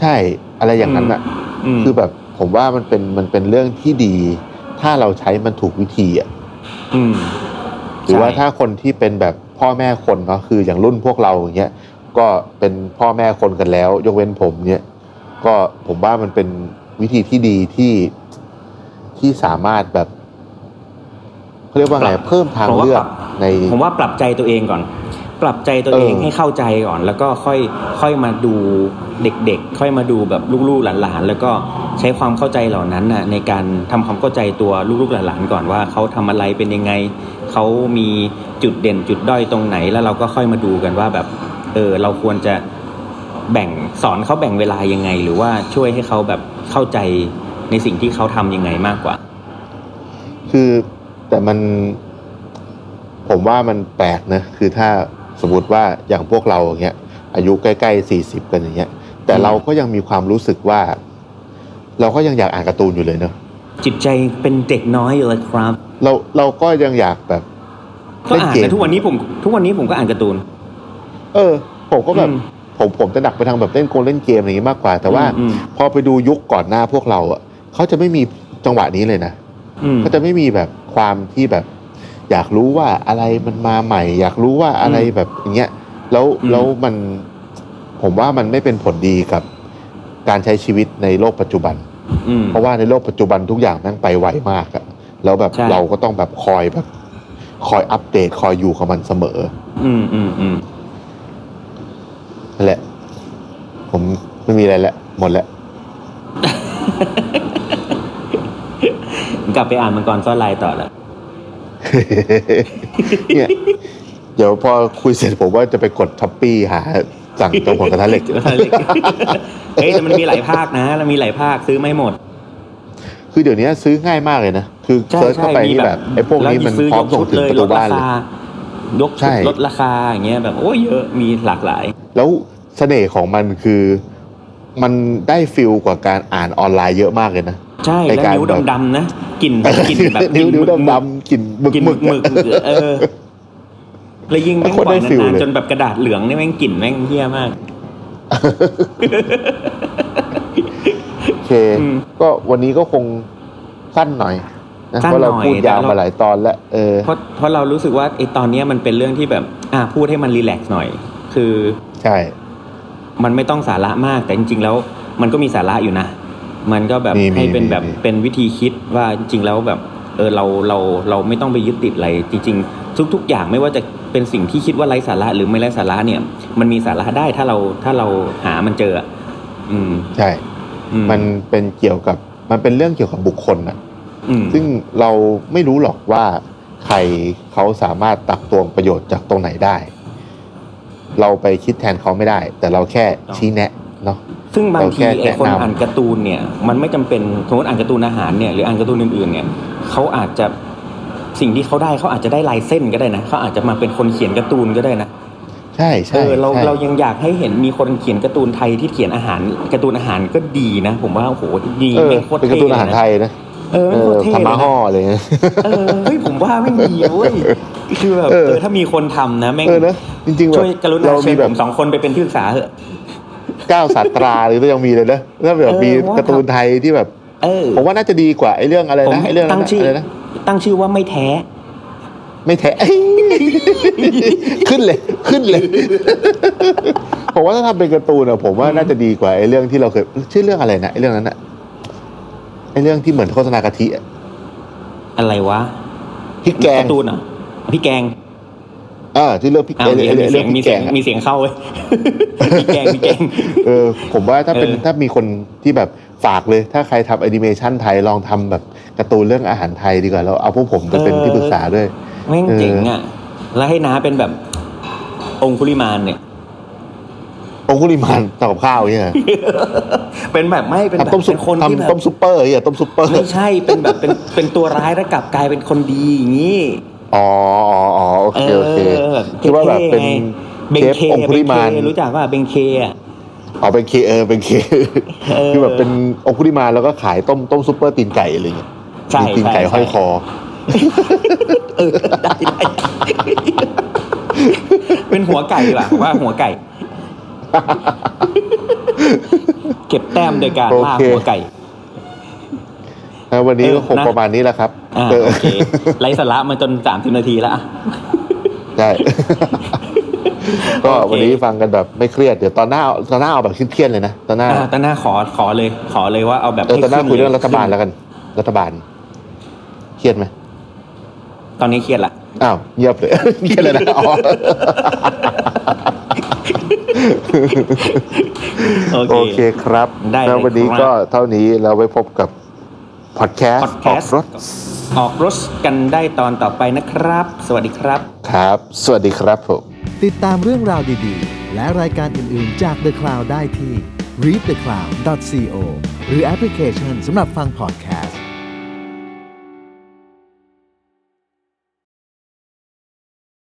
[SPEAKER 2] ใช่อะไรอย่างนั้นอ่ะ
[SPEAKER 3] ม
[SPEAKER 2] คือแบบผมว่ามันเป็นมันเป็นเรื่องที่ดี ถ้าเราใช้มันถูกวิธีอ่ะ
[SPEAKER 3] อืม
[SPEAKER 2] หรือว่า
[SPEAKER 3] ใช่
[SPEAKER 2] ถ้าคนที่เป็นแบบพ่อแม่คนเนาะคืออย่างรุ่นพวกเราอย่างเงี้ยก็เป็นพ่อแม่คนกันแล้ว ยกเว้นผมเนี่ยก็ผมว่ามันเป็นวิธีที่ดีที่ที่สามารถแบบเขาเรียกว่าไงเพิ่มทางเลือกใน
[SPEAKER 3] ผมว่าปรับใจตัวเองก่อน ปรับใจตัว
[SPEAKER 2] เออ
[SPEAKER 3] เองให้เข้าใจก่อน แล้วก็ค่อยค่อยมาดูเด็กๆ ค่อยมาดูแบบลูกๆหลานๆ แล้วก็ใช้ความเข้าใจเหล่านั้นน่ะในการทำความเข้าใจตัวลูกๆหลานๆก่อนว่าเขาทำอะไรเป็นยังไงเขามีจุดเด่นจุดด้อยตรงไหน แล้วเราก็ค่อยมาดูกันว่าแบบ เออเราควรจะแบ่งสอนเขาแบ่งเวลายังไง หรือว่าช่วยให้เขาแบบเข้าใจในสิ่งที่เขาทำยังไงมากกว่า
[SPEAKER 2] คือแต่มัน ผมว่ามันแปลกนะคือถ้าสมมติว่าอย่างพวกเราอย่างเงี้ยอายุใกล้ๆสี่สิบกันอย่างเงี้ย แต่
[SPEAKER 3] อืม
[SPEAKER 2] เราก็ยังมีความรู้สึกว่า เราก็ยังอยากอ่านการ์ตูนอยู่เลยเนอะ
[SPEAKER 3] จิตใจเป็นเด็กน้อยอยู่เลยครับ
[SPEAKER 2] เราเราก็ยังอยากแบบ
[SPEAKER 3] ก็อ่าน
[SPEAKER 2] เล่
[SPEAKER 3] นะทุกวันนี้ผมทุกวันนี้ผมก็อ่านการ์ตูน
[SPEAKER 2] เออ ผมก็แบบ
[SPEAKER 3] อืม
[SPEAKER 2] ผมผมจะหนักไปทางแบบเล่นโกงเล่นเกมอะไรอย่างงี้มากกว่า แต่ว่า
[SPEAKER 3] อืมอืม
[SPEAKER 2] พอไปดูยุคก่อนหน้าพวกเราอ่ะเขาจะไม่มีจังหวะนี้เลยนะ
[SPEAKER 3] อืม
[SPEAKER 2] เขาจะไม่มีแบบความที่แบบ อยากรู้ว่าอะไรมันมาใหม่ อยากรู้ว่าอะไร
[SPEAKER 3] อืม
[SPEAKER 2] แบบอย่างเงี้ยแล้ว
[SPEAKER 3] อืม
[SPEAKER 2] แล้วมัน ผมว่ามันไม่เป็นผลดีกับการใช้ชีวิตในโลกปัจจุบัน
[SPEAKER 3] อืม
[SPEAKER 2] เพราะว่าในโลกปัจจุบันทุกอย่างแม่งไปไวมากอะแล้วแบบ
[SPEAKER 3] ใช่
[SPEAKER 2] เราก็ต้องแบบคอยแบบ คอยอัปเดตคอยอยู่กับมันเสมอ
[SPEAKER 3] อืมอืมอืม
[SPEAKER 2] นั่นแหละ ผมไม่มีอะไรแล้วหมดแล้ว [LAUGHS]
[SPEAKER 3] กลับไปอ่านมังกรซ่อนลายต่อละ
[SPEAKER 2] เนี่ยเดี๋ยวพอคุยเสร็จผมว่าจะไปกดท็อปปี้หาสั่งตัวผลกระทะ
[SPEAKER 3] [LAUGHS]
[SPEAKER 2] เหล็ก
[SPEAKER 3] เฮ้ยแต่มันมีหลายภาคนะแล้วมีหลายภาคซื้อไม่หมด
[SPEAKER 2] คือเดี๋ยวนี้ซื้อง่ายมากเลยนะ คือ
[SPEAKER 3] ใช่
[SPEAKER 2] เซิร์ชเข้า
[SPEAKER 3] ใช่
[SPEAKER 2] ไป
[SPEAKER 3] มี
[SPEAKER 2] นี่แบบไอ้พวกนี้มัน
[SPEAKER 3] แล้ซื้
[SPEAKER 2] พร้อมส่งถึงประ
[SPEAKER 3] ล
[SPEAKER 2] ตูบ้าร
[SPEAKER 3] ดาน
[SPEAKER 2] เลย
[SPEAKER 3] คา ยก
[SPEAKER 2] ใช่
[SPEAKER 3] ชุดลดราคาอย่างเงี้ยแบบโอ้ยเยอะมีหลากหลาย
[SPEAKER 2] แล้วเสน่ห์ของมันคือมันได้ฟิลกว่าการอ่านออนไลน์เยอะมากเลยนะ
[SPEAKER 3] ใช่
[SPEAKER 2] ไอ้
[SPEAKER 3] แล้ว
[SPEAKER 2] การ
[SPEAKER 3] นิ้ว
[SPEAKER 2] แบบ
[SPEAKER 3] ดำๆนะกลิ่นกลิ่นแบบก
[SPEAKER 2] [LAUGHS] นิ้ว
[SPEAKER 3] ลิ่
[SPEAKER 2] นิ้ว
[SPEAKER 3] หมึก
[SPEAKER 2] ดำๆกลิ่นหมึก
[SPEAKER 3] กลิ่น
[SPEAKER 2] ห
[SPEAKER 3] ห
[SPEAKER 2] มึ
[SPEAKER 3] มึ
[SPEAKER 2] ก
[SPEAKER 3] กหมึก
[SPEAKER 2] อะ
[SPEAKER 3] เออแล้วยิ่งแม่ง
[SPEAKER 2] โคตร
[SPEAKER 3] ปล่อย
[SPEAKER 2] ได้ฟิล
[SPEAKER 3] นาน
[SPEAKER 2] เลย
[SPEAKER 3] ๆจนแบบกระดาษเหลืองนี่แม่งกลิ่นแม่งเฮี้ยมาก
[SPEAKER 2] โอเค
[SPEAKER 3] อืม
[SPEAKER 2] ก็วันนี้ก็คงสั้นหน่อยนะ
[SPEAKER 3] สั้น
[SPEAKER 2] เพราะเรา
[SPEAKER 3] หน่อย
[SPEAKER 2] พูดยาว
[SPEAKER 3] แต่เรา
[SPEAKER 2] มาหลายตอนแล้วเออ
[SPEAKER 3] เพราะเพราะเรารู้สึกว่าไอ้ตอนเนี้ยมันเป็นเรื่องที่แบบ อ่ะพูดให้มันรีแลกซ์หน่อย คือ
[SPEAKER 2] ใช่
[SPEAKER 3] มันไม่ต้องสาระมากแต่จริง ๆ แล้วมันก็มีสาระอยู่นะ มันก็แบบ
[SPEAKER 2] มีมี
[SPEAKER 3] ให้เป็น
[SPEAKER 2] มี
[SPEAKER 3] แบบ
[SPEAKER 2] มี
[SPEAKER 3] เป็นวิธีคิดว่าจริงๆแล้วแบบเออเราเราเราไม่ต้องไปยึดติดอะไรจริง ๆ ทุก ๆ อย่างไม่ว่าจะเป็นสิ่งที่คิดว่าไร้สาระหรือไม่ไร้สาระเนี่ย มันมีสาระได้ถ้าเราถ้าเราหามันเจออะอืม
[SPEAKER 2] ใช่
[SPEAKER 3] อื
[SPEAKER 2] มันเป็นเกี่ยวกับมันเป็นเรื่องเกี่ยวกับบุคคลนะ
[SPEAKER 3] อืม
[SPEAKER 2] ซึ่งเราไม่รู้หรอกว่าใครเขาสามารถตักตวงประโยชน์จากตรงไหนได้ เราไปคิดแทนเขาไม่ได้ แต่เราแค่ชี้แนะเนาะ
[SPEAKER 3] ซึ่งบาง
[SPEAKER 2] เรา
[SPEAKER 3] ที
[SPEAKER 2] แค่
[SPEAKER 3] ไอ้คน
[SPEAKER 2] แนะนำ
[SPEAKER 3] อ่านการ์ตูนเนี่ย มันไม่จำเป็นสมมติอ่านการ์ตูนอาหารเนี่ยหรืออ่านการ์ตูนอื่นๆเนี่ยเขาอาจจะสิ่งที่เขาได้เขาอาจจะได้ลายเส้นก็ได้นะเขาอาจจะมาเป็นคนเขียนการ์ตูนก็ได้นะ
[SPEAKER 2] ใช่ใช่
[SPEAKER 3] เออเรา
[SPEAKER 2] ใช่
[SPEAKER 3] เรายังอยากให้เห็นมีคนเขียนการ์ตูนไทยที่เขียนอาหารการ์ตูนอาหารก็ดีนะ ผมว่าโอ้โหดี
[SPEAKER 2] เออ
[SPEAKER 3] ไม่งโคตร
[SPEAKER 2] เป็นการ์
[SPEAKER 3] เท่
[SPEAKER 2] ตูนอาหารไทยนะ
[SPEAKER 3] เออ
[SPEAKER 2] เออ
[SPEAKER 3] ไม่งโคตร
[SPEAKER 2] ธ
[SPEAKER 3] เท่
[SPEAKER 2] รร
[SPEAKER 3] เล
[SPEAKER 2] มะ
[SPEAKER 3] ย
[SPEAKER 2] ห่อ
[SPEAKER 3] นะ
[SPEAKER 2] เลย
[SPEAKER 3] เออเฮ้ยผมว่าไม่งดีเว้ยคือแบบ
[SPEAKER 2] เออ
[SPEAKER 3] เออถ้ามีคนทำนะแม่ง
[SPEAKER 2] เออนะจริงๆแบบ
[SPEAKER 3] ช่วยกรุณา
[SPEAKER 2] เรา
[SPEAKER 3] เชิ
[SPEAKER 2] มี
[SPEAKER 3] ญ
[SPEAKER 2] แบ
[SPEAKER 3] ผ
[SPEAKER 2] บ
[SPEAKER 3] มสองคนไปเป็นที่ปรึกษาเถอะ
[SPEAKER 2] ก้าวสัตราหรือก็ยังมีเลยนะถ้าแบบ
[SPEAKER 3] เออ
[SPEAKER 2] มี
[SPEAKER 3] ว่า
[SPEAKER 2] การ์ตูนไทยที่แบบ
[SPEAKER 3] เออ
[SPEAKER 2] ผมว่าน่าจะดีกว่าไอ้เรื่องอะไร
[SPEAKER 3] ผม
[SPEAKER 2] นะไอ้เรื่องนั้
[SPEAKER 3] ตั้
[SPEAKER 2] น
[SPEAKER 3] ง
[SPEAKER 2] นะ
[SPEAKER 3] ชื่อ
[SPEAKER 2] อะไรนะ
[SPEAKER 3] ตั้งชื่อว่าไม่แท้
[SPEAKER 2] ไม่แท้ [LAUGHS] ขึ้นเลยขึ้นเลย [LAUGHS] ผมว่าถ้าทำเป็นการ์ตูนอะผมว่าน่าจะดีกว่าไอ้เรื่องที่เราเคยชื่อเรื่องอะไรนะไอ้เรื่องนั้นอะไอ้เรื่องที่เหมือนโฆษณากะทิอะ
[SPEAKER 3] อะไรวะ
[SPEAKER 2] พริกแกง
[SPEAKER 3] การ์ตูนเหรอ่ะพี่แกง
[SPEAKER 2] เออชื่อเรื่องพริก
[SPEAKER 3] อ้า
[SPEAKER 2] ไอ้
[SPEAKER 3] ว
[SPEAKER 2] เรื่
[SPEAKER 3] เดี๋
[SPEAKER 2] อง
[SPEAKER 3] ยวมี
[SPEAKER 2] ไอ้
[SPEAKER 3] เสี
[SPEAKER 2] เรื่
[SPEAKER 3] ย
[SPEAKER 2] องงพริกแกงอะ
[SPEAKER 3] มีเสียงมีเสียงเข้า [LAUGHS] เว้ยพี่แกงพี่แกง
[SPEAKER 2] เออผมว่าถ้าเป็น
[SPEAKER 3] เออ
[SPEAKER 2] ถ้ามีคนที่แบบฝากเลย ถ้าใครทำแอนิเมชันไทยลองทำแบบการ์ตูนเรื่องอาหารไทยดีกว่าแล้วเอาพวกผมไปเป็นที่ปรึกษาด้วย
[SPEAKER 3] แม่ง
[SPEAKER 2] เออ
[SPEAKER 3] เจ๋งอ่ะ แล้วให้น้าเป็นแบบองคุลิมานเนี่ย
[SPEAKER 2] องคุลิมานทำกับข้าวเนี่ย
[SPEAKER 3] เป็นแบบไม่เป็นแบบ
[SPEAKER 2] ทำต้มซุป
[SPEAKER 3] เป็นคนที่แบบ
[SPEAKER 2] ทำต้มซุปเปอร์เนี่ยต้มซุปเปอร์
[SPEAKER 3] ไม่ใช่เป็นแบบเป็นเป็นตัวร้ายแล้วกลับกลายเป็นคนดีอย่างนี้
[SPEAKER 2] อ๋ออ๋ออ๋อโอ
[SPEAKER 3] เอ
[SPEAKER 2] เค
[SPEAKER 3] อ
[SPEAKER 2] โอเค
[SPEAKER 3] แบบ
[SPEAKER 2] คิดว่าแบบเป็น
[SPEAKER 3] ท่ๆไงเบง
[SPEAKER 2] เชฟ
[SPEAKER 3] เค
[SPEAKER 2] องคุลิมาน
[SPEAKER 3] เบงเครู้จักว่าเบงเคอ่ะ
[SPEAKER 2] อ๋อเป็นเคเออเป็นเค
[SPEAKER 3] เออ
[SPEAKER 2] คือแบบเป็นองคุลิมานแล้วก็ขายต้มต้มซุปเปอร์ตีนไก่อะไรเงี้ย
[SPEAKER 3] ใช่
[SPEAKER 2] มีตีนไก่
[SPEAKER 3] ใช่
[SPEAKER 2] ห้อยคอ
[SPEAKER 3] เออได้ได้ เป็นหัวไก่ดีกว่าผมว่าหัวไก่ [LAUGHS] เก็บแต้มโดยการล่า
[SPEAKER 2] โอเค
[SPEAKER 3] หัวไก่
[SPEAKER 2] นะวันนี้
[SPEAKER 3] เออ
[SPEAKER 2] ก็คง
[SPEAKER 3] นะ
[SPEAKER 2] ประมาณนี้แหละครับ
[SPEAKER 3] อ่า
[SPEAKER 2] เออ
[SPEAKER 3] โอเคไร้สาระมาจนสามสิบนาทีแล้วอะ [LAUGHS]
[SPEAKER 2] ใช่ ก็
[SPEAKER 3] โอเค
[SPEAKER 2] วันนี้ฟังกันแบบไม่เครียดเดี๋ยวตอนหน้าตอนหน้าเอาแบบเครียดๆเลยนะตอนหน้า
[SPEAKER 3] อ่าตอนหน้าขอขอเลย ขอเลยว่าเอาแบบ
[SPEAKER 2] เออตอนหน้า
[SPEAKER 3] ให้
[SPEAKER 2] คุยเรื่องรัฐบาล
[SPEAKER 3] ขึ้น
[SPEAKER 2] แล้วกัน รัฐบาลเครียดไหม
[SPEAKER 3] ตอนนี้เครียดละ
[SPEAKER 2] อ้าวเงียบเลย [LAUGHS] เงียบเลยนะอ๋อ
[SPEAKER 3] โอ
[SPEAKER 2] โอ
[SPEAKER 3] เค
[SPEAKER 2] เคครับ
[SPEAKER 3] ได้เลย
[SPEAKER 2] แล้ววันนี้
[SPEAKER 3] ครับ
[SPEAKER 2] ก็เท่านี้เราไว้พบกับพอดแคสต์ออก
[SPEAKER 3] podcast
[SPEAKER 2] รถ
[SPEAKER 3] ออกรถกันได้ตอนต่อไปนะครับ สวัสดีครับ
[SPEAKER 2] ครับ สวัสดีครับผม
[SPEAKER 1] ติดตามเรื่องราวดีๆ และรายการอื่นๆจาก The Cloud ได้ที่ readthecloud.co หรือแอปพลิเคชันสำหรับฟังพอดแคสต์